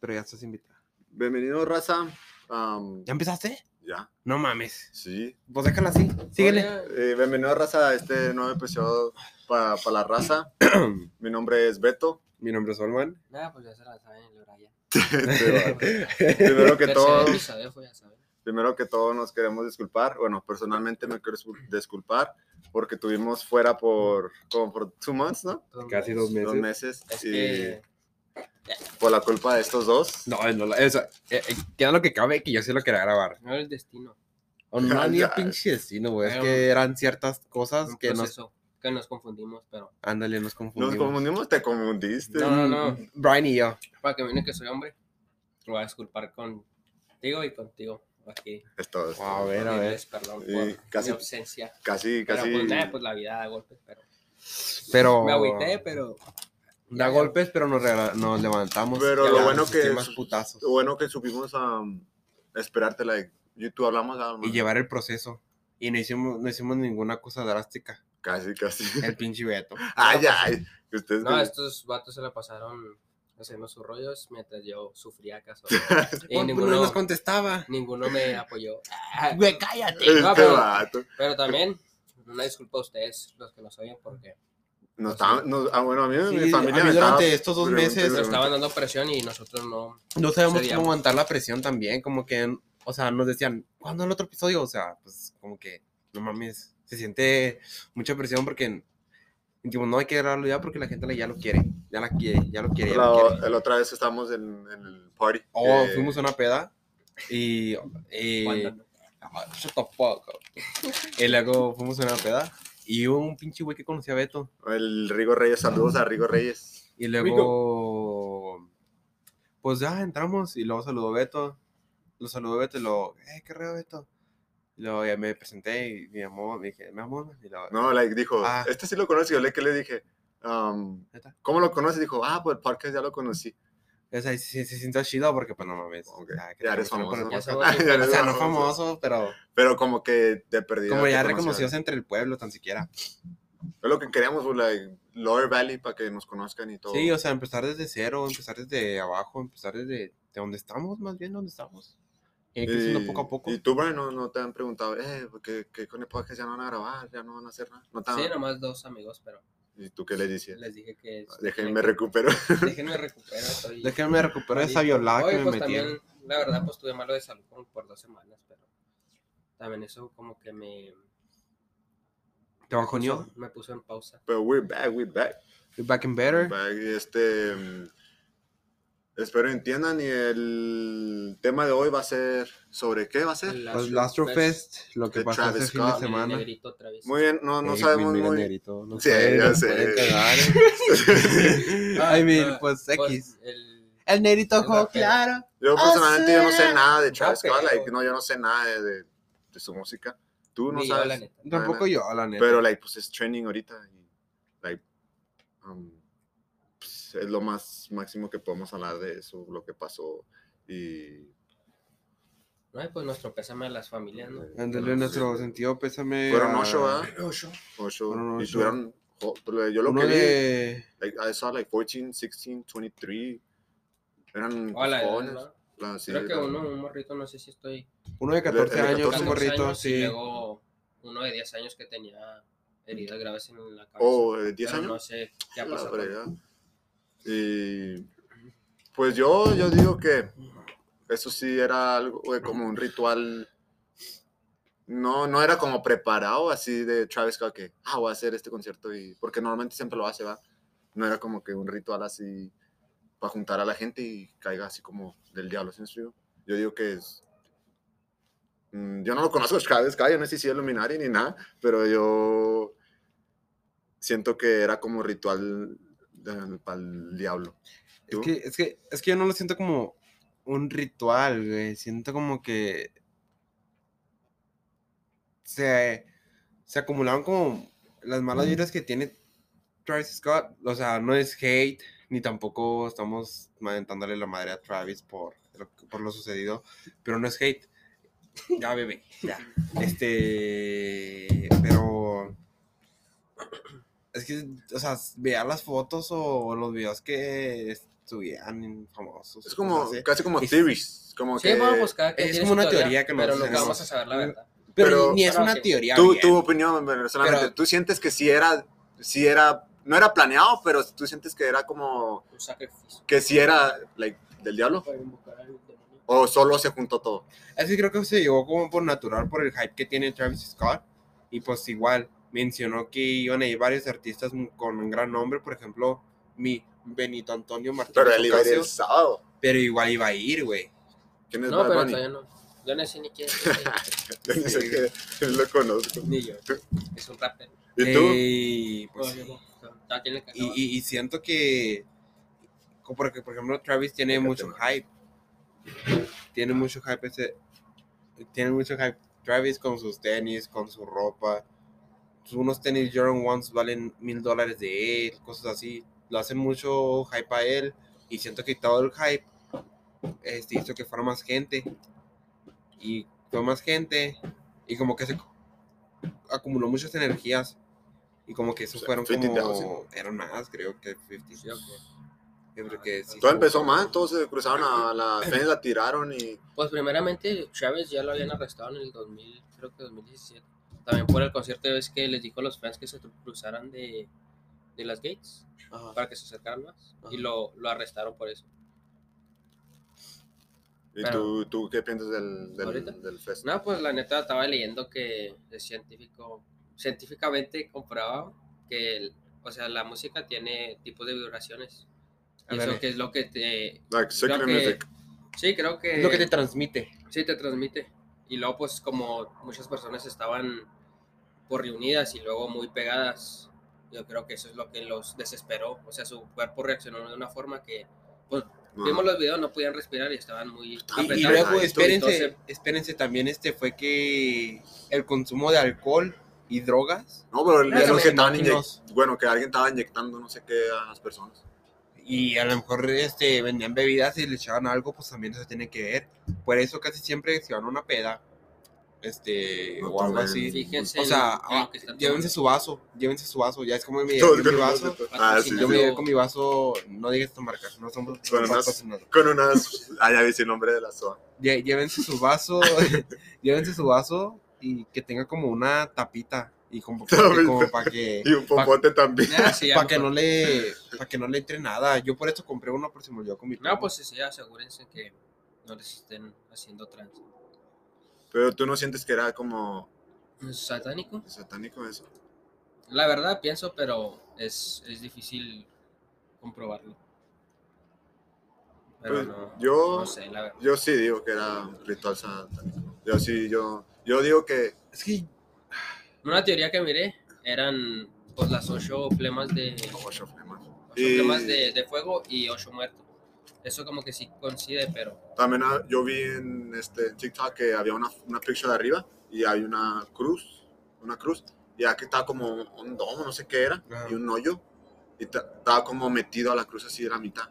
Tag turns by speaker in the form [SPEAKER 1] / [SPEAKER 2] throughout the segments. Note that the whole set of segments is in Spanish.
[SPEAKER 1] pero ya estás invitada.
[SPEAKER 2] Bienvenido, raza. Am,
[SPEAKER 1] ¿Ya empezaste?
[SPEAKER 2] ya,
[SPEAKER 1] No mames.
[SPEAKER 2] sí.
[SPEAKER 1] Pues déjala así. Síguele.
[SPEAKER 2] Eh, bienvenido, raza, a este nuevo episodio para la raza. Mi nombre es Beto.
[SPEAKER 1] Mi nombre es Este, Olman.
[SPEAKER 3] Nada, pues ya se la saben el Brian.
[SPEAKER 2] Este, Primero que
[SPEAKER 3] Tercer
[SPEAKER 2] todo,
[SPEAKER 3] episodio fue, ya saben.
[SPEAKER 2] primero que todo nos queremos disculpar. Bueno, personalmente me quiero discul- disculpar porque tuvimos fuera por como por two months, ¿no?
[SPEAKER 3] Todo
[SPEAKER 1] Casi
[SPEAKER 3] bien.
[SPEAKER 1] dos meses.
[SPEAKER 2] Dos meses.
[SPEAKER 3] Es
[SPEAKER 2] Y
[SPEAKER 3] que
[SPEAKER 2] por la culpa de estos dos.
[SPEAKER 1] No, no, la- eso, eh, eh, queda lo que cabe que yo sí lo quería grabar.
[SPEAKER 3] no era el destino.
[SPEAKER 1] O no,
[SPEAKER 2] Ah,
[SPEAKER 1] ni a
[SPEAKER 2] ya.
[SPEAKER 1] pinche destino, güey. Es
[SPEAKER 3] Era
[SPEAKER 1] que eran ciertas cosas
[SPEAKER 3] Un
[SPEAKER 1] que nos.
[SPEAKER 3] proceso que nos confundimos, pero.
[SPEAKER 1] Ándale, nos
[SPEAKER 2] Nos
[SPEAKER 1] confundimos.
[SPEAKER 2] confundimos, te confundiste.
[SPEAKER 3] No, no, no.
[SPEAKER 1] Brian y yo.
[SPEAKER 3] Para que viene que soy hombre, me voy a disculpar contigo y contigo. Aquí.
[SPEAKER 2] Esto es
[SPEAKER 1] A ver, a ver.
[SPEAKER 3] Pedirles Perdón
[SPEAKER 2] Sí,
[SPEAKER 3] por
[SPEAKER 2] casi-
[SPEAKER 3] mi ausencia.
[SPEAKER 2] casi,
[SPEAKER 3] Pero
[SPEAKER 2] casi.
[SPEAKER 3] pues nada, pues la vida da golpes. Pero...
[SPEAKER 1] Pero.
[SPEAKER 3] Me agüité, pero.
[SPEAKER 1] Oh. Da golpes, pero nos, regala- nos levantamos.
[SPEAKER 2] Pero
[SPEAKER 1] Ya
[SPEAKER 2] lo
[SPEAKER 1] la
[SPEAKER 2] bueno
[SPEAKER 1] resistí
[SPEAKER 2] que
[SPEAKER 1] Más
[SPEAKER 2] es- Oh,
[SPEAKER 1] putazos.
[SPEAKER 2] Lo bueno que supimos a esperarte, like, y tú hablamos alma.
[SPEAKER 1] Y llevar el proceso. Y no hicimos, no hicimos ninguna cosa drástica.
[SPEAKER 2] Casi, casi.
[SPEAKER 1] El pinche Beto. Pues,
[SPEAKER 2] Ay, Ah, ay. que Ustedes
[SPEAKER 3] No,
[SPEAKER 2] que-
[SPEAKER 3] estos vatos se la pasaron haciendo sus rollos mientras yo sufría acaso. y
[SPEAKER 1] Pues, pues, no
[SPEAKER 3] ninguno,
[SPEAKER 1] nos contestaba.
[SPEAKER 3] ninguno me apoyó. Ah,
[SPEAKER 1] Güey, cállate.
[SPEAKER 2] Este
[SPEAKER 3] No, pero-
[SPEAKER 2] vato.
[SPEAKER 3] Pero también, una disculpa a ustedes, los que nos oyen, porque
[SPEAKER 2] Nos estaban- nos- ah, bueno, a mí
[SPEAKER 1] pues, Sí,
[SPEAKER 2] mi familia
[SPEAKER 1] a mí
[SPEAKER 2] me estaba-
[SPEAKER 1] durante estos dos
[SPEAKER 2] preguntando-
[SPEAKER 1] meses-
[SPEAKER 3] nos
[SPEAKER 1] Pero-
[SPEAKER 3] estaban dando presión y nosotros no.
[SPEAKER 1] No sabemos cómo
[SPEAKER 3] Cedíamos.
[SPEAKER 1] aguantar la presión también. Como que, o sea, nos decían, ¿cuándo el otro episodio? O sea, pues como que, no mames. Se siente mucha presión porque dijimos, no hay que grabarlo ya porque la gente la- ya lo quiere. Ya la quiere, ya lo quiere. Ya lo quiere.
[SPEAKER 2] La, la otra vez estábamos en, en el party.
[SPEAKER 1] Oh,
[SPEAKER 2] eh,
[SPEAKER 1] fuimos a una peda y. eh,
[SPEAKER 3] cuando-
[SPEAKER 1] Ah, Shut the fuck up. Y luego fuimos a una peda y hubo un pinche güey que conocía a Beto.
[SPEAKER 2] El Rigo Reyes, saludos a Rigo Reyes.
[SPEAKER 1] Y luego. Pues ya entramos y luego saludó Beto. Lo saludó Beto y luego, eh, qué reo Beto. Y luego ya me presenté y mi amor, me dije, mi amor. Y luego,
[SPEAKER 2] No, like, dijo,
[SPEAKER 1] Ah.
[SPEAKER 2] este sí lo conoce. Yo le que le dije, um,
[SPEAKER 1] "Neta".
[SPEAKER 2] ¿cómo lo conoces? Dijo, ah, por el podcast ya lo conocí.
[SPEAKER 1] O sea, y se, se sintió chido porque, pues no mames.
[SPEAKER 2] Ok,
[SPEAKER 1] ya, que
[SPEAKER 2] ya
[SPEAKER 1] te
[SPEAKER 2] eres
[SPEAKER 1] conocieron por el
[SPEAKER 2] famoso.
[SPEAKER 3] Ya
[SPEAKER 1] podcast.
[SPEAKER 3] somos bien
[SPEAKER 2] Ya
[SPEAKER 1] O sea, no
[SPEAKER 2] famoso.
[SPEAKER 1] famoso, pero
[SPEAKER 2] Pero como que de perdido.
[SPEAKER 1] como
[SPEAKER 2] te
[SPEAKER 1] ya
[SPEAKER 2] conoció.
[SPEAKER 1] reconocidos entre el pueblo, tan siquiera.
[SPEAKER 2] Es lo que queríamos, pues, like, Lower Valley, para que nos conozcan y todo.
[SPEAKER 1] Sí, o sea, empezar desde cero, empezar desde abajo, empezar desde de donde estamos, más bien donde estamos. Y ir creciendo poco a poco.
[SPEAKER 2] Eh, Y tú, Brian, no, no te han preguntado, eh, que, con el podcast ya no van a grabar, ya no van a hacer nada. No te han-
[SPEAKER 3] Sí, nomás dos amigos, pero
[SPEAKER 2] ¿Y tú qué le dices?
[SPEAKER 3] les dije que.
[SPEAKER 2] Ah, Déjenme recupero.
[SPEAKER 3] Déjenme recuperar. Estoy...
[SPEAKER 1] Déjenme me recuperar de esa violada
[SPEAKER 3] Oye,
[SPEAKER 1] que me
[SPEAKER 3] pues
[SPEAKER 1] metí.
[SPEAKER 3] también, la verdad, pues tuve malo de salud por, por dos semanas, pero también eso como que me.
[SPEAKER 1] ¿Te bajoneó?
[SPEAKER 3] Me puso en pausa.
[SPEAKER 2] Pero we're back, we're back.
[SPEAKER 1] You're Back and
[SPEAKER 2] we're
[SPEAKER 1] better.
[SPEAKER 2] back. Y Este, mm, espero entiendan y el tema de hoy va a ser, ¿sobre qué va a ser?
[SPEAKER 1] Los Lastro Pues, Fest, lo que
[SPEAKER 2] de
[SPEAKER 1] pasó
[SPEAKER 2] Travis
[SPEAKER 1] este fin de
[SPEAKER 2] Scott.
[SPEAKER 1] semana.
[SPEAKER 3] Negrito, Travis.
[SPEAKER 2] Muy bien, no, no
[SPEAKER 1] Ey,
[SPEAKER 2] sabemos
[SPEAKER 1] güey, mira,
[SPEAKER 2] muy
[SPEAKER 1] negrito, nos
[SPEAKER 2] Sí,
[SPEAKER 1] pueden-
[SPEAKER 2] ya
[SPEAKER 1] nos
[SPEAKER 2] sé.
[SPEAKER 1] pueden cagar, eh. Ay, mira, pues X.
[SPEAKER 3] Pues, el-
[SPEAKER 1] El negrito
[SPEAKER 3] el
[SPEAKER 1] ojo
[SPEAKER 3] rapero.
[SPEAKER 1] claro.
[SPEAKER 2] Yo personalmente yo no sé
[SPEAKER 1] Hacer-
[SPEAKER 2] nada de Travis Scott,
[SPEAKER 3] Rapero.
[SPEAKER 2] like, no, yo no sé nada de, de- de su música. Tú no
[SPEAKER 3] Ni yo, la
[SPEAKER 2] sabes,
[SPEAKER 3] neta.
[SPEAKER 1] Tampoco yo, la neta.
[SPEAKER 2] pero like, pues es trending ahorita y like, um, pues, es lo más máximo que podemos hablar de eso, lo que pasó y
[SPEAKER 3] No, y pues nuestro pésame a las familias, ¿no?
[SPEAKER 1] Ándale, en nuestro sentido, pésame.
[SPEAKER 2] eh, Fueron
[SPEAKER 1] a-
[SPEAKER 2] ocho, ¿verdad? Ocho.
[SPEAKER 1] Fueron
[SPEAKER 2] Y
[SPEAKER 1] ocho.
[SPEAKER 2] tuvieron, jo- pues, yo lo
[SPEAKER 1] Uno
[SPEAKER 2] que vi,
[SPEAKER 1] de.
[SPEAKER 2] like, I saw like 14, 16, 23. Eran
[SPEAKER 3] Hola,
[SPEAKER 2] jóvenes.
[SPEAKER 3] ¿no?
[SPEAKER 2] la- sí,
[SPEAKER 3] Creo que
[SPEAKER 2] la-
[SPEAKER 3] uno, un morrito, no sé si estoy.
[SPEAKER 1] Uno de 14
[SPEAKER 2] el de
[SPEAKER 1] años,
[SPEAKER 2] 14
[SPEAKER 1] un
[SPEAKER 3] 14
[SPEAKER 1] morrito,
[SPEAKER 3] años, y
[SPEAKER 1] sí.
[SPEAKER 3] luego uno de 10 años que tenía heridas graves en la cabeza.
[SPEAKER 2] Oh, ¿de 10
[SPEAKER 3] Pero
[SPEAKER 2] años.
[SPEAKER 3] Ah, No sé qué ha
[SPEAKER 2] La
[SPEAKER 3] pasado.
[SPEAKER 2] fregada. Y pues yo, yo digo que eso sí era algo güey, como un ritual. No, no era como preparado así de Travis Scott que, ah, voy a hacer este concierto y porque normalmente siempre lo hace, va. No era como que un ritual así para juntar a la gente y caiga así como del diablo, ¿sí me explico? Yo digo que es... Mm, Yo no lo conozco, Travis Scott, yo no sé si es Luminari ni nada, pero yo siento que era como ritual para el diablo.
[SPEAKER 1] Es
[SPEAKER 2] ¿Tú?
[SPEAKER 1] que, es, que, es que yo no lo siento como un ritual, güey. Siento como que se, se acumularon como las malas vibras que tiene Travis Scott. O sea, no es hate, ni tampoco estamos mentándole la madre a Travis por lo, por lo sucedido, pero no es hate. Ya, bebé, ya. Este, pero... Es que, o sea, veía las fotos o los videos que es- estuvieran famosos.
[SPEAKER 2] Es
[SPEAKER 1] o
[SPEAKER 2] como,
[SPEAKER 1] cosas así.
[SPEAKER 2] casi como
[SPEAKER 1] Es-
[SPEAKER 2] theories. Como
[SPEAKER 3] Sí,
[SPEAKER 2] que
[SPEAKER 3] bueno, pues cada quien
[SPEAKER 1] es
[SPEAKER 3] tiene
[SPEAKER 1] como
[SPEAKER 3] su
[SPEAKER 1] una teoría que
[SPEAKER 3] Pero
[SPEAKER 1] nosotros
[SPEAKER 3] nunca vamos a
[SPEAKER 1] tenemos.
[SPEAKER 3] saber la verdad.
[SPEAKER 1] pero,
[SPEAKER 2] pero-
[SPEAKER 1] ni es
[SPEAKER 3] pero
[SPEAKER 1] una
[SPEAKER 3] sí.
[SPEAKER 1] teoría.
[SPEAKER 2] tú,
[SPEAKER 1] bien.
[SPEAKER 2] tu opinión, bueno, solamente,
[SPEAKER 1] Pero-
[SPEAKER 2] tú sientes que sí era, sí era, no era planeado, pero tú sientes que era como,
[SPEAKER 3] Un sacrificio.
[SPEAKER 2] que sí era, like, del diablo.
[SPEAKER 3] Para invocar al demonio.
[SPEAKER 2] O solo se juntó todo.
[SPEAKER 1] Así creo que se llegó como por natural por el hype que tiene Travis Scott. Y pues igual mencionó que iban a ir varios artistas m- con un gran nombre, por ejemplo, mi Benito Antonio Martínez.
[SPEAKER 2] Pero él iba a ir el
[SPEAKER 1] Ocasio,
[SPEAKER 2] sábado.
[SPEAKER 1] pero igual iba a ir, güey.
[SPEAKER 2] ¿Quién es
[SPEAKER 3] No,
[SPEAKER 2] Bad
[SPEAKER 3] pero
[SPEAKER 2] Bunny?
[SPEAKER 3] todavía no. Yo no sé ni quién es. ese.
[SPEAKER 2] Yo ni sé que lo conozco.
[SPEAKER 3] ni yo. Es un rapero.
[SPEAKER 2] ¿Y tú?
[SPEAKER 1] Eh, pues,
[SPEAKER 3] No, yo no. Cada quien le cagaba.
[SPEAKER 1] y, y- y siento que, co- porque por ejemplo Travis tiene
[SPEAKER 2] Fíjate,
[SPEAKER 1] mucho
[SPEAKER 2] man.
[SPEAKER 1] hype. Tiene mucho hype ese. Tiene mucho hype Travis con sus tenis, con su ropa. Sus- Unos tenis Jordan Ones valen mil dólares de él, cosas así. Lo hacen mucho hype a él. Y siento que todo el hype este, hizo que fuera más gente. Y fue más gente. Y como que se ac- acumuló muchas energías. Y como que eso
[SPEAKER 2] O sea,
[SPEAKER 1] fueron
[SPEAKER 2] 50,000.
[SPEAKER 1] como. Eran más, creo que 50.
[SPEAKER 3] Sí, ok.
[SPEAKER 1] Yo creo que sí.
[SPEAKER 2] Todo empezó mal, todos se cruzaron a la fence, la tiraron y
[SPEAKER 3] Pues primeramente Chávez ya lo habían arrestado en el 2000, creo que 2017. También por el concierto ves que les dijo a los fans que se cruzaran de, de las gates para que se acercaran más. Y lo, lo arrestaron por eso.
[SPEAKER 2] ¿Y
[SPEAKER 3] Pero-
[SPEAKER 2] tú, tú qué piensas del,
[SPEAKER 3] ¿Ahorita?
[SPEAKER 2] del, del fest?
[SPEAKER 3] No, pues la neta estaba leyendo que es científico, científicamente comprobado que, el- o sea, la música tiene tipos de vibraciones. Y
[SPEAKER 1] Ándale.
[SPEAKER 3] eso que es lo que te...
[SPEAKER 2] Like,
[SPEAKER 3] creo
[SPEAKER 2] Secret
[SPEAKER 3] que-
[SPEAKER 2] Music.
[SPEAKER 3] sí, creo que...
[SPEAKER 1] Es lo que te transmite.
[SPEAKER 3] Sí, te transmite. Y luego, pues, como muchas personas estaban por reunidas y luego muy pegadas, yo creo que eso es lo que los desesperó. O sea, su cuerpo reaccionó de una forma que, pues,
[SPEAKER 2] No.
[SPEAKER 3] vimos los videos, no podían respirar y estaban muy
[SPEAKER 2] Ah,
[SPEAKER 1] Y, y
[SPEAKER 2] apretado,
[SPEAKER 1] luego,
[SPEAKER 2] ¿no?
[SPEAKER 1] espérense,
[SPEAKER 3] Entonces-
[SPEAKER 1] espérense también, este fue que el consumo de alcohol y drogas
[SPEAKER 2] No, pero el
[SPEAKER 1] Claro,
[SPEAKER 2] video
[SPEAKER 1] los
[SPEAKER 2] que estaban
[SPEAKER 1] endocrinos.
[SPEAKER 2] inyec- bueno, que alguien estaba inyectando no sé qué a las personas.
[SPEAKER 1] y a lo mejor este, vendían bebidas y le echaban algo, pues también eso tiene que ver. Por eso casi siempre si van a una peda, este,
[SPEAKER 2] No
[SPEAKER 1] o algo
[SPEAKER 2] tomen.
[SPEAKER 1] así.
[SPEAKER 3] Fíjense
[SPEAKER 1] O
[SPEAKER 3] en-
[SPEAKER 1] sea,
[SPEAKER 3] en lo
[SPEAKER 1] ah,
[SPEAKER 3] que están
[SPEAKER 1] llévense su vaso, llévense su vaso, ya es como me
[SPEAKER 2] Todos
[SPEAKER 1] llevé
[SPEAKER 2] con
[SPEAKER 1] mi
[SPEAKER 2] un
[SPEAKER 1] vaso.
[SPEAKER 2] vasito. Ah, sí,
[SPEAKER 1] Yo me
[SPEAKER 2] sí.
[SPEAKER 1] llevé con mi vaso, no digas esta marca, no somos
[SPEAKER 2] Bueno, no-
[SPEAKER 1] patrocinadores.
[SPEAKER 2] Con unas. Ah, ya vi el nombre de la soda.
[SPEAKER 1] Lle- llévense su vaso, llévense su vaso y que tenga como una tapita y como,
[SPEAKER 2] Tapita.
[SPEAKER 1] como para que
[SPEAKER 2] Y un popote también.
[SPEAKER 3] Ah, sí, a
[SPEAKER 1] para que
[SPEAKER 3] mejor.
[SPEAKER 1] no le para que no le entre nada. Yo por esto compré uno por si me olvidó con mi
[SPEAKER 3] No,
[SPEAKER 1] primo.
[SPEAKER 3] pues, sí, asegúrense que no les estén haciendo trans.
[SPEAKER 2] Pero tú no sientes que era como
[SPEAKER 3] ¿Satánico?
[SPEAKER 2] satánico eso.
[SPEAKER 3] La verdad, pienso, pero es, es difícil comprobarlo. Pero
[SPEAKER 2] Pues,
[SPEAKER 3] no,
[SPEAKER 2] yo-
[SPEAKER 3] no sé, la verdad.
[SPEAKER 2] Yo sí digo que era un ritual satánico. Yo sí, yo. Yo digo que.
[SPEAKER 1] es que
[SPEAKER 3] Una teoría que miré eran pues las ocho flemas de ocho
[SPEAKER 2] Ocho flemas. Y-
[SPEAKER 3] flemas de, de fuego y ocho muertos. Eso como que sí coincide, pero
[SPEAKER 2] También ah, yo vi en este en TikTok que había una, una picture de arriba y hay una cruz, una cruz, y aquí estaba como un domo, no sé qué era,
[SPEAKER 1] Ajá.
[SPEAKER 2] y un hoyo, y ta- estaba como metido a la cruz así de la mitad.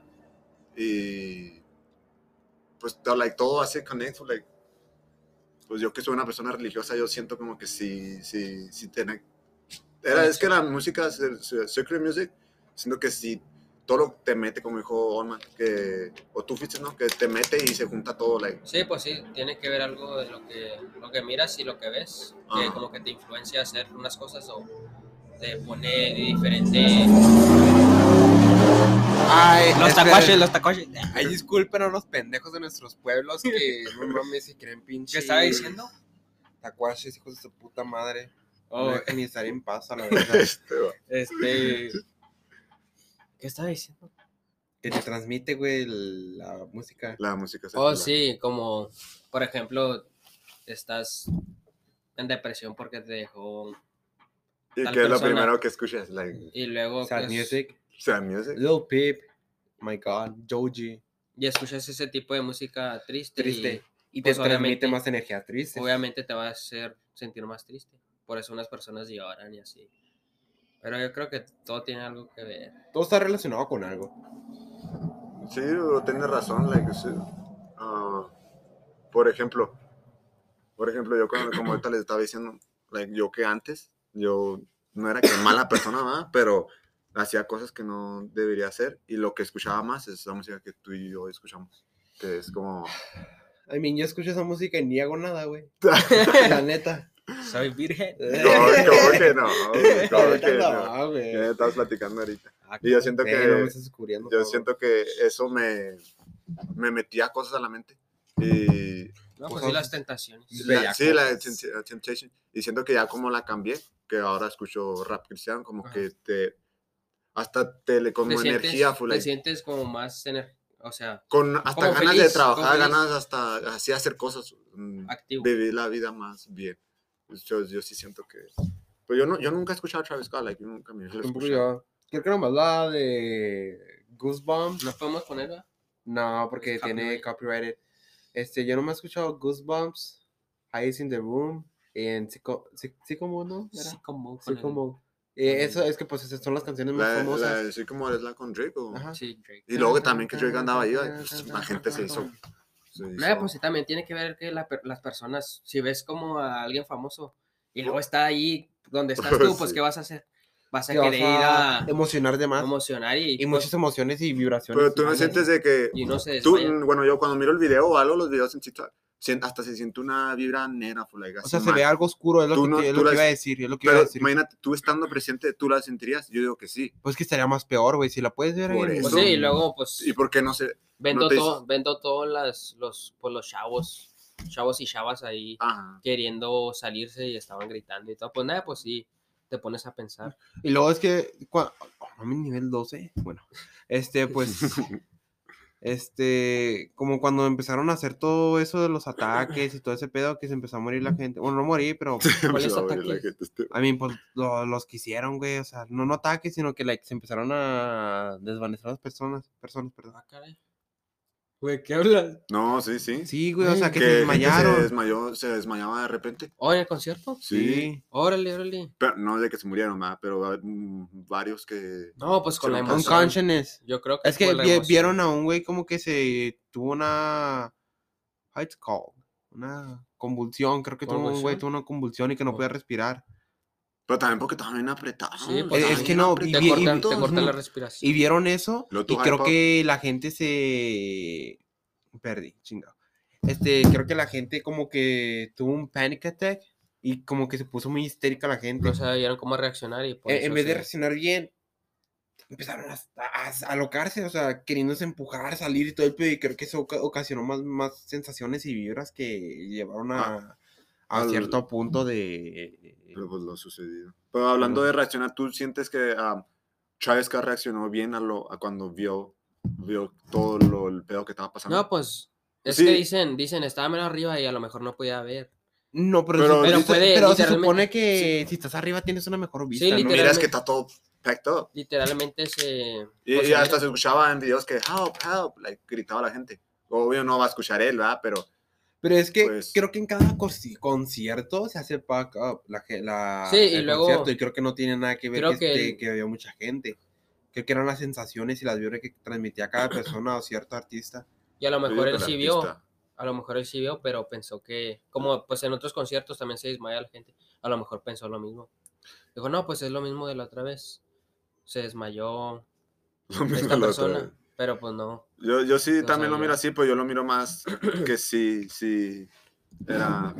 [SPEAKER 2] Y pues to- like, todo hace conecto, like, pues yo que soy una persona religiosa, yo siento como que sí, sí, sí tiene... Era, es que la música, se- se- Secret Music, siento que sí todo lo que te mete, como dijo Olman, que, o tú fuiste, ¿no? Que te mete y se junta todo, like,
[SPEAKER 3] sí, pues sí, tiene que ver algo de lo que, lo que miras y lo que ves, que
[SPEAKER 2] Ajá.
[SPEAKER 3] como que te influencia a hacer unas cosas o te pone diferente.
[SPEAKER 1] ay, este-
[SPEAKER 3] los tacuaches. ¿Qué
[SPEAKER 1] Ay, disculpen a los pendejos de nuestros pueblos que no mames se creen pinches.
[SPEAKER 3] estaba diciendo?
[SPEAKER 1] Tacuaches, hijos de su puta madre.
[SPEAKER 3] Oh,
[SPEAKER 1] No dejan ni estar en paz a la verdad.
[SPEAKER 2] este, va.
[SPEAKER 3] este. ¿Qué estaba diciendo?
[SPEAKER 1] que te transmite, güey, el- la música.
[SPEAKER 2] la música.
[SPEAKER 3] Oh,
[SPEAKER 2] secular.
[SPEAKER 3] sí, como por ejemplo, estás en depresión porque te dejó
[SPEAKER 2] Y
[SPEAKER 3] tal
[SPEAKER 2] que es lo
[SPEAKER 3] persona.
[SPEAKER 2] primero que escuchas, like,
[SPEAKER 3] y luego
[SPEAKER 1] Sad
[SPEAKER 3] pues,
[SPEAKER 1] music.
[SPEAKER 2] sad music.
[SPEAKER 1] Lil Peep. My God. Joji.
[SPEAKER 3] y escuchas ese tipo de música triste,
[SPEAKER 1] Triste. Y
[SPEAKER 3] pues,
[SPEAKER 1] te transmite
[SPEAKER 3] obviamente-
[SPEAKER 1] más energía
[SPEAKER 3] y
[SPEAKER 1] triste.
[SPEAKER 3] obviamente te va a hacer sentir más triste. Por eso unas personas lloran y así. Pero yo creo que todo tiene algo que ver.
[SPEAKER 1] Todo está relacionado con algo.
[SPEAKER 2] Sí, bro, tienes razón, like, sí. Ah, por ejemplo, por ejemplo, yo cuando- como ahorita les estaba diciendo, like, yo que antes, yo no era que mala persona, ¿verdad? Pero hacía cosas que no debería hacer y lo que escuchaba más es la música que tú y yo escuchamos, que es como...
[SPEAKER 1] I mean, yo escucho esa música y ni hago nada, güey. La neta.
[SPEAKER 3] Soy virgen.
[SPEAKER 2] No, ¿cómo que no? ¿Cómo
[SPEAKER 1] Ahorita
[SPEAKER 2] que no?
[SPEAKER 1] no, güey.
[SPEAKER 2] Ya estabas platicando ahorita. Y yo siento que-
[SPEAKER 1] Pero me estás descubriendo,
[SPEAKER 2] Yo
[SPEAKER 1] cabrón.
[SPEAKER 2] siento que eso me, me metía cosas a la mente y
[SPEAKER 3] No, pues sí, las tentaciones.
[SPEAKER 1] Sí,
[SPEAKER 2] La-
[SPEAKER 1] Bella
[SPEAKER 2] sí, la
[SPEAKER 1] Cosas.
[SPEAKER 2] Tempt- la Temptation. Y siento que ya como la cambié, que ahora escucho rap cristiano, como
[SPEAKER 3] Ajá.
[SPEAKER 2] que te. Hasta te le como
[SPEAKER 3] te sientes,
[SPEAKER 2] energía full
[SPEAKER 3] te
[SPEAKER 2] ahí.
[SPEAKER 3] sientes como más ener- o sea,
[SPEAKER 2] Con hasta
[SPEAKER 3] como
[SPEAKER 2] ganas de
[SPEAKER 3] feliz,
[SPEAKER 2] trabajar,
[SPEAKER 3] como feliz.
[SPEAKER 2] ganas hasta así hacer cosas, mm,
[SPEAKER 3] activo.
[SPEAKER 2] vivir la vida más bien. Pues Yo, yo sí siento que. Pero yo, no, yo nunca he escuchado a Travis Scott, like, yo nunca me lo he
[SPEAKER 1] Tampoco
[SPEAKER 2] escuchado.
[SPEAKER 1] yo. Creo que nomás la de Goosebumps.
[SPEAKER 3] ¿Nos podemos poner? ¿verdad?
[SPEAKER 1] No, porque
[SPEAKER 3] Es
[SPEAKER 1] tiene copyrighted. Este, yo no me he escuchado Goosebumps, Eyes in the Room, en Psico, Psi- Psicomo, ¿no? Era
[SPEAKER 3] Sí, como. con el-
[SPEAKER 1] Psicomo.
[SPEAKER 3] con
[SPEAKER 1] Eh,
[SPEAKER 3] el-
[SPEAKER 1] eso es que pues esas son las canciones más
[SPEAKER 2] La,
[SPEAKER 1] famosas.
[SPEAKER 2] la, sí, como es la con Drake. o-
[SPEAKER 1] Ajá.
[SPEAKER 3] Sí, Drake.
[SPEAKER 2] Y luego que también que Drake andaba ahí, ay, pues, la gente se hizo. se
[SPEAKER 3] No,
[SPEAKER 2] hizo-
[SPEAKER 3] pues sí, también tiene que ver que la per- las personas, si ves como a alguien famoso y luego está ahí donde estás tú, pues
[SPEAKER 2] Sí.
[SPEAKER 3] ¿qué vas a hacer? Vas a
[SPEAKER 1] Te vas
[SPEAKER 3] querer
[SPEAKER 1] a
[SPEAKER 3] ir
[SPEAKER 1] emocionar de
[SPEAKER 3] a
[SPEAKER 1] más.
[SPEAKER 3] emocionar y,
[SPEAKER 1] Y
[SPEAKER 3] pues,
[SPEAKER 1] muchas emociones y vibraciones.
[SPEAKER 2] Pero tú no
[SPEAKER 1] Ándale.
[SPEAKER 2] sientes de que.
[SPEAKER 3] y no se
[SPEAKER 2] Tú,
[SPEAKER 3] desmaya.
[SPEAKER 2] mm, bueno, yo cuando miro el video o algo, los videos en TikTok, sien- hasta se siente una vibra negra, full, like,
[SPEAKER 1] O
[SPEAKER 2] así
[SPEAKER 1] sea, se
[SPEAKER 2] mal.
[SPEAKER 1] ve algo oscuro, es lo
[SPEAKER 2] Tú
[SPEAKER 1] que,
[SPEAKER 2] no-
[SPEAKER 1] te- es lo
[SPEAKER 2] tú
[SPEAKER 1] que
[SPEAKER 2] las-
[SPEAKER 1] iba a decir, es lo que iba a
[SPEAKER 2] Pero
[SPEAKER 1] decir.
[SPEAKER 2] imagínate, tú estando presente, ¿tú la sentirías? Yo digo que sí.
[SPEAKER 1] Pues que estaría más peor, güey, si la puedes ver ahí
[SPEAKER 2] Por
[SPEAKER 1] en-
[SPEAKER 3] Pues
[SPEAKER 2] eso.
[SPEAKER 3] sí, y luego pues
[SPEAKER 2] ¿Y por qué no sé?
[SPEAKER 3] vendo
[SPEAKER 2] no te
[SPEAKER 3] todo,
[SPEAKER 2] dices-
[SPEAKER 3] vendo todos las, los, pues, los chavos, chavos y chavas ahí
[SPEAKER 2] Ajá.
[SPEAKER 3] queriendo salirse y estaban gritando y todo. Pues nada, pues sí, te pones a pensar.
[SPEAKER 1] Y luego es que, cua- oh, mami, nivel 12, bueno, este, pues, este, como cuando empezaron a hacer todo eso de los ataques y todo ese pedo que se empezó a morir la gente, bueno, no morí, pero
[SPEAKER 3] ¿Cuáles
[SPEAKER 2] Empezó a abrir la
[SPEAKER 3] ataques?
[SPEAKER 2] gente, pues, este-
[SPEAKER 1] a mí, pues, lo- los quisieron, güey, o sea, no, no ataques, sino que, like, se empezaron a desvanecer las personas, personas, perdón.
[SPEAKER 3] Ah, caray. Güey, ¿qué hablas?
[SPEAKER 2] No, sí, sí.
[SPEAKER 1] Sí, güey, o sea, que
[SPEAKER 2] Que
[SPEAKER 1] se
[SPEAKER 2] gente Se,
[SPEAKER 1] desmayaron.
[SPEAKER 2] desmayó, se desmayaba de repente.
[SPEAKER 3] ¿Hoy Oh, el concierto?
[SPEAKER 2] Sí.
[SPEAKER 1] Sí.
[SPEAKER 3] Órale, órale.
[SPEAKER 2] Pero no de que se murieron, ¿verdad? Pero ah, mm, varios que.
[SPEAKER 3] No, pues con
[SPEAKER 2] Sí,
[SPEAKER 3] la
[SPEAKER 2] un
[SPEAKER 3] emoción.
[SPEAKER 1] Unconsciousness.
[SPEAKER 3] Yo creo que
[SPEAKER 1] Es que
[SPEAKER 3] por la
[SPEAKER 1] vi-
[SPEAKER 3] emoción.
[SPEAKER 1] vieron a un güey como que se tuvo una. how it's called? Una convulsión. Creo que tuvo un güey,
[SPEAKER 3] ¿Convulsión?
[SPEAKER 1] tuvo una convulsión y que no podía respirar.
[SPEAKER 2] Pero también porque estaban bien apretados.
[SPEAKER 3] Sí, pues,
[SPEAKER 2] estaban
[SPEAKER 3] es que
[SPEAKER 2] bien
[SPEAKER 1] no,
[SPEAKER 3] Te
[SPEAKER 1] Y- y-
[SPEAKER 2] apretados.
[SPEAKER 3] cortan, te
[SPEAKER 1] todos,
[SPEAKER 3] cortan
[SPEAKER 1] ¿no?
[SPEAKER 3] la respiración.
[SPEAKER 1] Y vieron eso.
[SPEAKER 2] Lo
[SPEAKER 1] Y
[SPEAKER 2] tuvo
[SPEAKER 1] creo
[SPEAKER 2] hypado.
[SPEAKER 1] que la gente se. Perdí, chingado. Este, creo que la gente como que tuvo un panic attack y como que se puso muy histérica la gente.
[SPEAKER 3] no sabían cómo reaccionar y pues, por
[SPEAKER 1] E, en, en
[SPEAKER 3] eso
[SPEAKER 1] vez de
[SPEAKER 3] se-
[SPEAKER 1] reaccionar bien, empezaron a, a- a alocarse, o sea, queriéndose empujar, salir y todo el pedo, y creo que eso oca- ocasionó más, más sensaciones y vibras que llevaron a, a
[SPEAKER 2] al-
[SPEAKER 1] cierto punto de...
[SPEAKER 2] Pero pues lo sucedido. Pero hablando
[SPEAKER 3] pues
[SPEAKER 2] de reaccionar, ¿tú sientes que ah, Chávez K reaccionó bien a lo a cuando vio, vio todo lo, el pedo que estaba pasando?
[SPEAKER 3] No, pues es
[SPEAKER 2] Sí.
[SPEAKER 3] que dicen, dicen, estaba menos arriba y a lo mejor no podía ver.
[SPEAKER 1] No, pero,
[SPEAKER 2] Pero
[SPEAKER 1] se, pero
[SPEAKER 3] dice-
[SPEAKER 1] puede- pero se
[SPEAKER 3] literalmente-
[SPEAKER 1] supone que si estás arriba tienes una mejor vista, ¿no?
[SPEAKER 3] literal-
[SPEAKER 2] Miras que está todo packed up.
[SPEAKER 3] Literalmente se...
[SPEAKER 2] Y,
[SPEAKER 3] pues,
[SPEAKER 2] y
[SPEAKER 3] se
[SPEAKER 2] hasta
[SPEAKER 3] ve-
[SPEAKER 2] se escuchaba en videos que help, help, like, gritaba la gente. Obvio no va a escuchar él, ¿verdad? Pero
[SPEAKER 1] Pero es que
[SPEAKER 2] pues-
[SPEAKER 1] creo que en cada conci- concierto se hace pack up la, ge- la-
[SPEAKER 3] Sí, y
[SPEAKER 1] el
[SPEAKER 3] luego-
[SPEAKER 1] concierto, y creo que no tiene nada que ver
[SPEAKER 3] creo
[SPEAKER 1] que,
[SPEAKER 3] que
[SPEAKER 1] este-
[SPEAKER 3] el-
[SPEAKER 1] que había mucha gente. Creo que eran las sensaciones y las vibras que transmitía cada persona o cierto artista.
[SPEAKER 3] Y a lo
[SPEAKER 2] yo
[SPEAKER 3] mejor
[SPEAKER 2] digo
[SPEAKER 3] él
[SPEAKER 2] que
[SPEAKER 3] sí
[SPEAKER 2] el
[SPEAKER 3] vio,
[SPEAKER 2] artista-
[SPEAKER 3] a lo mejor él sí vio, pero pensó que, como pues en otros conciertos también se desmaya la gente, a lo mejor pensó lo mismo. Dijo, no, pues es lo mismo de la otra vez. Se desmayó
[SPEAKER 2] lo mismo
[SPEAKER 3] esta
[SPEAKER 2] la otra vez.
[SPEAKER 3] persona, pero pues no.
[SPEAKER 2] Yo, yo sí
[SPEAKER 3] No
[SPEAKER 2] también lo
[SPEAKER 3] sabía.
[SPEAKER 2] miro así, pero yo lo miro más que sí, sí, era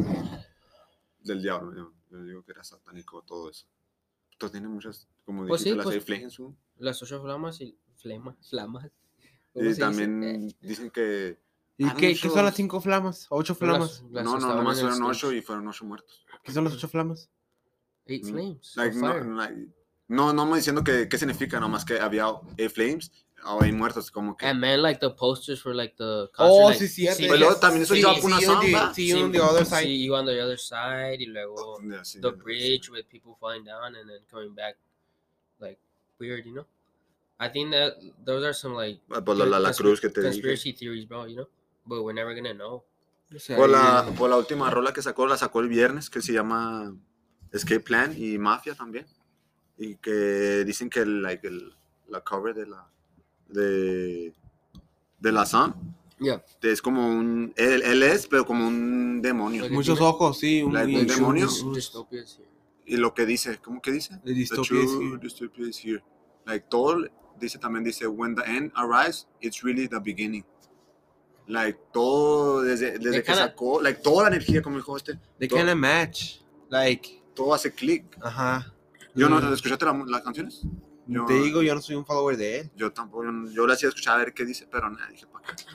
[SPEAKER 2] del diablo. Yo, yo digo que era satánico todo eso. Esto tiene muchas, como
[SPEAKER 3] Pues sí,
[SPEAKER 2] dijiste, las
[SPEAKER 3] pues-
[SPEAKER 2] seis flames, ¿no?
[SPEAKER 3] Las ocho flamas y flema, flamas. ¿cómo se
[SPEAKER 2] Y
[SPEAKER 3] dice? Eh,
[SPEAKER 2] también dicen que...
[SPEAKER 1] ¿Y
[SPEAKER 2] Ah,
[SPEAKER 1] qué,
[SPEAKER 2] muchos.
[SPEAKER 1] qué son las cinco flamas? ¿Ocho flamas?
[SPEAKER 3] las- las
[SPEAKER 2] No, no,
[SPEAKER 3] estaban
[SPEAKER 2] nomás
[SPEAKER 3] en el
[SPEAKER 2] fueron
[SPEAKER 3] stage.
[SPEAKER 2] ocho y fueron ocho muertos.
[SPEAKER 1] ¿Qué son las ocho flamas?
[SPEAKER 3] Eight
[SPEAKER 2] Mm.
[SPEAKER 3] Flames.
[SPEAKER 2] Like,
[SPEAKER 3] of
[SPEAKER 2] no,
[SPEAKER 3] Fire.
[SPEAKER 2] like, no, no me diciendo que, qué significa, nomás que había eight flames o hay muertos, como que...
[SPEAKER 3] And man, like the posters for like the
[SPEAKER 1] Oh,
[SPEAKER 3] like,
[SPEAKER 1] sí, cierto.
[SPEAKER 2] Pues luego también eso
[SPEAKER 1] Sí,
[SPEAKER 2] lleva una
[SPEAKER 1] sí, on the-
[SPEAKER 2] samba.
[SPEAKER 1] sí, on the other side.
[SPEAKER 3] Sí, you on the other side y luego
[SPEAKER 2] Ya, sí,
[SPEAKER 3] the
[SPEAKER 2] ya, ya,
[SPEAKER 3] bridge
[SPEAKER 2] sí.
[SPEAKER 3] with people falling down and then coming back like weird, you know? I think that those are some like
[SPEAKER 2] Ah, Por la, la- la
[SPEAKER 3] conspi-
[SPEAKER 2] cruz que te dije.
[SPEAKER 3] conspiracy theories, bro, you know? But we're never gonna know.
[SPEAKER 1] O sea,
[SPEAKER 2] Por
[SPEAKER 1] y-
[SPEAKER 2] la, por la última rola que sacó, la sacó el viernes, que se llama Escape Plan y Mafia también. Y que dicen que el- like, el- la cover de la de, de la Sun
[SPEAKER 3] Yeah.
[SPEAKER 2] es como un. Él, él es, pero como un demonio.
[SPEAKER 3] Oye.
[SPEAKER 1] Muchos ojos, sí. Un,
[SPEAKER 2] Like un
[SPEAKER 1] y-
[SPEAKER 2] demonio.
[SPEAKER 1] un-
[SPEAKER 3] Dystopias here.
[SPEAKER 2] Y lo que dice, ¿cómo que dice?
[SPEAKER 1] el
[SPEAKER 2] The
[SPEAKER 1] distopia es
[SPEAKER 2] true
[SPEAKER 1] que-
[SPEAKER 2] dystopia is here. Like todo, dice también, dice, when the end arrives, it's really the beginning. Like todo, desde, desde que
[SPEAKER 3] cada-
[SPEAKER 2] sacó, like toda la energía, como dijo este,
[SPEAKER 1] They
[SPEAKER 2] Todo.
[SPEAKER 1] kinda match. Like,
[SPEAKER 2] todo hace clic.
[SPEAKER 1] ajá.
[SPEAKER 2] Yo no,
[SPEAKER 1] Mm.
[SPEAKER 2] ¿escuchaste la mu- las canciones? yo-
[SPEAKER 1] Te digo, yo no soy un follower de él.
[SPEAKER 2] Yo tampoco, yo, yo la hacía escuchar a ver qué dice, pero nada, dije, ¿para qué?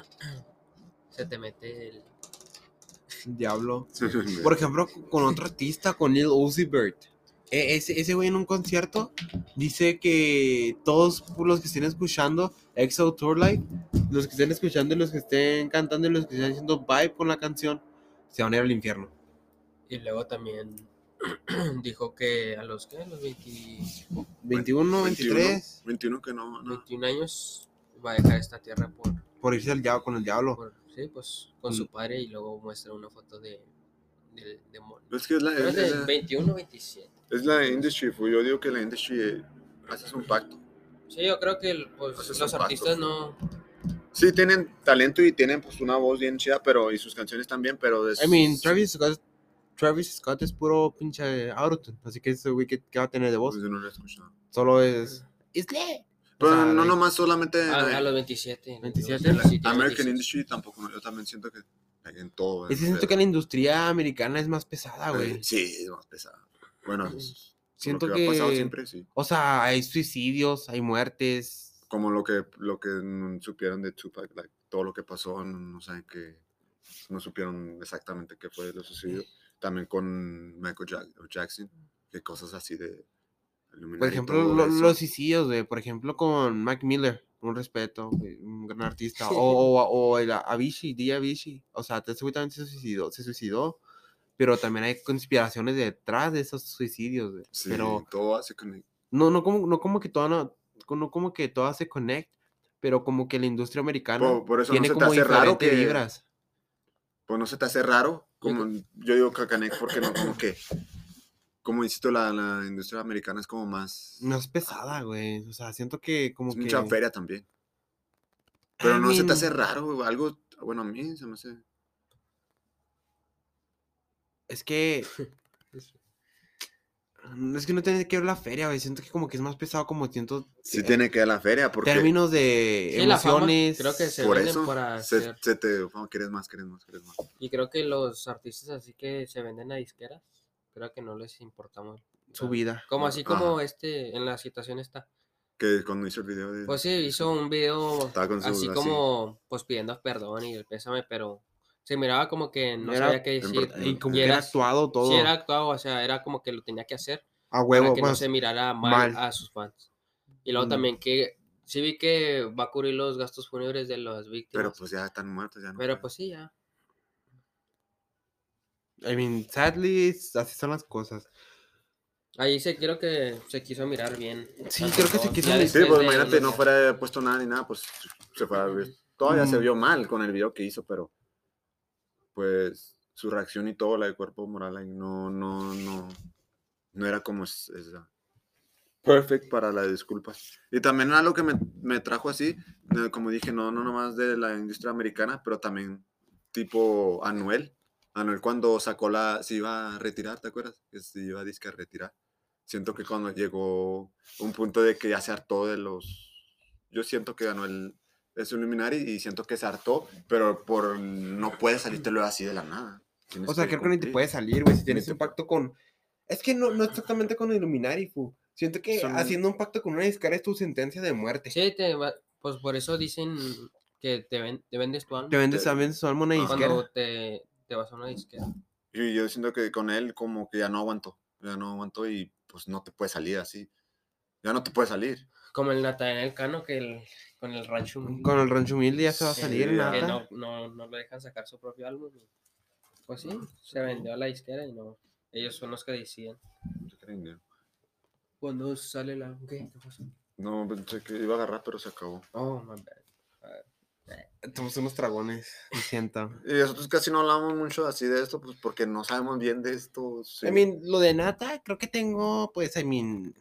[SPEAKER 3] Se te mete el.
[SPEAKER 1] Diablo. Por ejemplo, c- con otro artista, con Lil Uzi Vert. E- Ese, ese güey en un concierto dice que todos los que estén escuchando EXO Tour Live, los que estén escuchando y los que estén cantando y los que estén haciendo vibe con la canción, se van a ir al infierno.
[SPEAKER 3] Y luego también dijo que a los que, a los 20
[SPEAKER 1] 21, 23,
[SPEAKER 2] 21 que no, no.
[SPEAKER 3] 21 años va a dejar esta tierra por,
[SPEAKER 1] por irse al diablo, con el diablo.
[SPEAKER 3] por- sí, pues con
[SPEAKER 1] Mm.
[SPEAKER 3] su padre y luego muestra una foto de del demonio.
[SPEAKER 2] Es que es la,
[SPEAKER 3] Pero es
[SPEAKER 2] es- es
[SPEAKER 3] de
[SPEAKER 2] la-
[SPEAKER 3] 21 27.
[SPEAKER 2] es la industry, pues, yo digo que la industry eh, haces un pacto.
[SPEAKER 3] Sí, yo creo que el- pues,
[SPEAKER 2] Pues es
[SPEAKER 3] los
[SPEAKER 2] un pacto.
[SPEAKER 3] artistas no
[SPEAKER 2] Sí, tienen talento y tienen pues una voz bien chida, pero y sus canciones también, pero es...
[SPEAKER 1] I mean, Travis Scott, Travis Scott es puro pinche Auroton, así que ese güey que, que va a tener de voz
[SPEAKER 2] pues, yo no lo he escuchado.
[SPEAKER 1] solo es. It's lit.
[SPEAKER 2] Pero
[SPEAKER 1] sea,
[SPEAKER 2] no
[SPEAKER 1] like-
[SPEAKER 2] nomás solamente... en
[SPEAKER 3] a,
[SPEAKER 2] la-
[SPEAKER 3] Ah, a los 27.
[SPEAKER 1] 27.
[SPEAKER 3] los- sí, tiene
[SPEAKER 2] American
[SPEAKER 3] 26.
[SPEAKER 2] industry tampoco, no, yo también siento que en todo...
[SPEAKER 1] Es que siento
[SPEAKER 2] pero-
[SPEAKER 1] que la industria americana es más pesada, güey.
[SPEAKER 2] Sí, es más pesada. Bueno, es-
[SPEAKER 1] Siento
[SPEAKER 2] lo
[SPEAKER 1] que,
[SPEAKER 2] ha pasado siempre, sí.
[SPEAKER 1] o sea, hay suicidios, hay muertes.
[SPEAKER 2] Como lo que, lo que mm, supieron de Tupac, like, todo lo que pasó, no, no saben qué... No supieron exactamente qué fue lo sucedido. También con Michael Jack- Jackson, que cosas así de...
[SPEAKER 1] Por ejemplo, lo- los suicidios, güey. Por ejemplo, con Mac Miller, un respeto, güey, un gran artista. O, o, o el Avicii, D. Avicii. O sea, te- ese güey también se suicidó, se suicidó. Pero también hay conspiraciones detrás de esos suicidios, güey.
[SPEAKER 2] Sí,
[SPEAKER 1] Pero
[SPEAKER 2] todo hace con...
[SPEAKER 1] no, no como, no como que toda no, no como que toda se connect, pero como que la industria americana
[SPEAKER 2] Por, por eso no
[SPEAKER 1] tiene
[SPEAKER 2] se te
[SPEAKER 1] como
[SPEAKER 2] hace raro
[SPEAKER 1] diferentes
[SPEAKER 2] que...
[SPEAKER 1] vibras.
[SPEAKER 2] Pues no se te hace raro. Como, yo digo que Canek porque no, como que... Como insisto, la, la industria americana es como más...
[SPEAKER 1] No es pesada, güey. O sea, siento que como
[SPEAKER 2] es
[SPEAKER 1] que.
[SPEAKER 2] mucha feria también. Pero
[SPEAKER 1] I
[SPEAKER 2] no se te
[SPEAKER 1] mean,
[SPEAKER 2] hace raro, güey, algo... Bueno, a mí se me hace...
[SPEAKER 1] Es que. mm, Es que no tiene que ver la feria, güey. Siento que como que es más pesado, como siento.
[SPEAKER 2] Sí
[SPEAKER 1] eh,
[SPEAKER 2] tiene que ver la feria, porque
[SPEAKER 1] Términos de
[SPEAKER 3] Sí, la fama,
[SPEAKER 1] emociones.
[SPEAKER 3] creo que se
[SPEAKER 2] por
[SPEAKER 3] venden
[SPEAKER 2] eso
[SPEAKER 3] para
[SPEAKER 2] se,
[SPEAKER 3] hacer-
[SPEAKER 2] se te... oh, quieres más, quieres más, quieres más.
[SPEAKER 3] Y creo que los artistas así que se venden a disqueras, creo que no les importamos.
[SPEAKER 1] Su vida.
[SPEAKER 3] Como
[SPEAKER 2] Bueno,
[SPEAKER 3] así como este, en la situación está.
[SPEAKER 2] Que cuando hizo el video de...
[SPEAKER 3] Pues sí, hizo un video
[SPEAKER 2] estaba con su...
[SPEAKER 3] así como, pues pidiendo perdón y el pésame, pero se miraba como que no
[SPEAKER 1] Era
[SPEAKER 3] sabía qué
[SPEAKER 2] en
[SPEAKER 3] decir.
[SPEAKER 2] verdad,
[SPEAKER 1] Y
[SPEAKER 2] Mm.
[SPEAKER 1] como
[SPEAKER 3] Y
[SPEAKER 1] que eh, era
[SPEAKER 3] era-
[SPEAKER 1] actuado todo.
[SPEAKER 3] Sí, era actuado, o sea, era como que lo tenía que hacer
[SPEAKER 1] A
[SPEAKER 3] para
[SPEAKER 1] huevo,
[SPEAKER 3] que no
[SPEAKER 1] pues.
[SPEAKER 3] se mirara mal,
[SPEAKER 1] mal.
[SPEAKER 3] a sus fans. Y luego
[SPEAKER 1] Mm.
[SPEAKER 3] también que sí vi que va a cubrir los gastos fúnebres de las víctimas.
[SPEAKER 2] Pero pues ya están muertos, ya no...
[SPEAKER 3] Pero
[SPEAKER 2] pueden.
[SPEAKER 3] pues sí, ya.
[SPEAKER 1] I mean, sadly, es- así son las cosas.
[SPEAKER 3] Ahí se creo que se quiso mirar bien.
[SPEAKER 1] Sí,
[SPEAKER 3] tanto
[SPEAKER 1] creo que se
[SPEAKER 3] todo.
[SPEAKER 1] quiso
[SPEAKER 3] Ya
[SPEAKER 1] mirar-
[SPEAKER 2] Sí,
[SPEAKER 3] después
[SPEAKER 2] pues
[SPEAKER 3] de
[SPEAKER 2] imagínate, no
[SPEAKER 3] unos-
[SPEAKER 2] fuera puesto nada ni nada, pues se fuera a ver. Todavía se
[SPEAKER 1] Mm.
[SPEAKER 2] vio mal con el video que hizo, pero pues su reacción y todo, la de cuerpo moral, ahí no, no, no, no era como es- es la- perfect para las disculpas. Y también algo que me, me trajo así, eh, como dije, no, no nomás de la industria americana, pero también tipo Anuel. Anuel cuando sacó la, se iba a retirar, ¿te acuerdas? Que se iba a disque a retirar. Siento que cuando llegó un punto de que ya se hartó de los. Yo siento que Anuel es un luminari y siento que se hartó, pero por no puedes salirte luego así de la nada. Tienes
[SPEAKER 1] O sea, creo que ni te
[SPEAKER 2] cumplir.
[SPEAKER 1] puede salir, güey, si tienes
[SPEAKER 2] te
[SPEAKER 1] un pacto con... Es que no, no exactamente con Illuminati, fu. Siento que
[SPEAKER 2] Son-
[SPEAKER 1] haciendo un pacto con una discara es tu sentencia de muerte.
[SPEAKER 3] Sí, te va- pues por eso dicen que te, ven- te vendes tu alma
[SPEAKER 1] Te vendes
[SPEAKER 2] Te-
[SPEAKER 1] también su alma a una
[SPEAKER 2] Ajá.
[SPEAKER 1] disquera.
[SPEAKER 3] cuando te, te vas a una disquera.
[SPEAKER 2] Y yo siento que con él como que ya no aguanto, ya no aguanto y pues no te puede salir así. Ya no te puede salir.
[SPEAKER 3] Como el Nathaniel Cano que el- con el rancho. humilde,
[SPEAKER 1] Con el rancho humilde ya se va a
[SPEAKER 2] Sí,
[SPEAKER 1] salir,
[SPEAKER 2] ya.
[SPEAKER 3] que
[SPEAKER 1] nada.
[SPEAKER 3] no, no, no lo dejan sacar su propio álbum. y, Pues sí, se vendió a la disquera y no. Ellos son los que deciden. Cuando sale el álbum, ¿qué? ¿Qué pasó?
[SPEAKER 2] No, pensé que iba a agarrar, pero se acabó.
[SPEAKER 3] Oh, my bad.
[SPEAKER 1] Tenemos unos dragones, lo siento.
[SPEAKER 2] Y nosotros casi no hablamos mucho así de esto, pues porque no sabemos bien de esto. sí.
[SPEAKER 1] I mean, lo de Nata, creo que tengo, pues, I mean,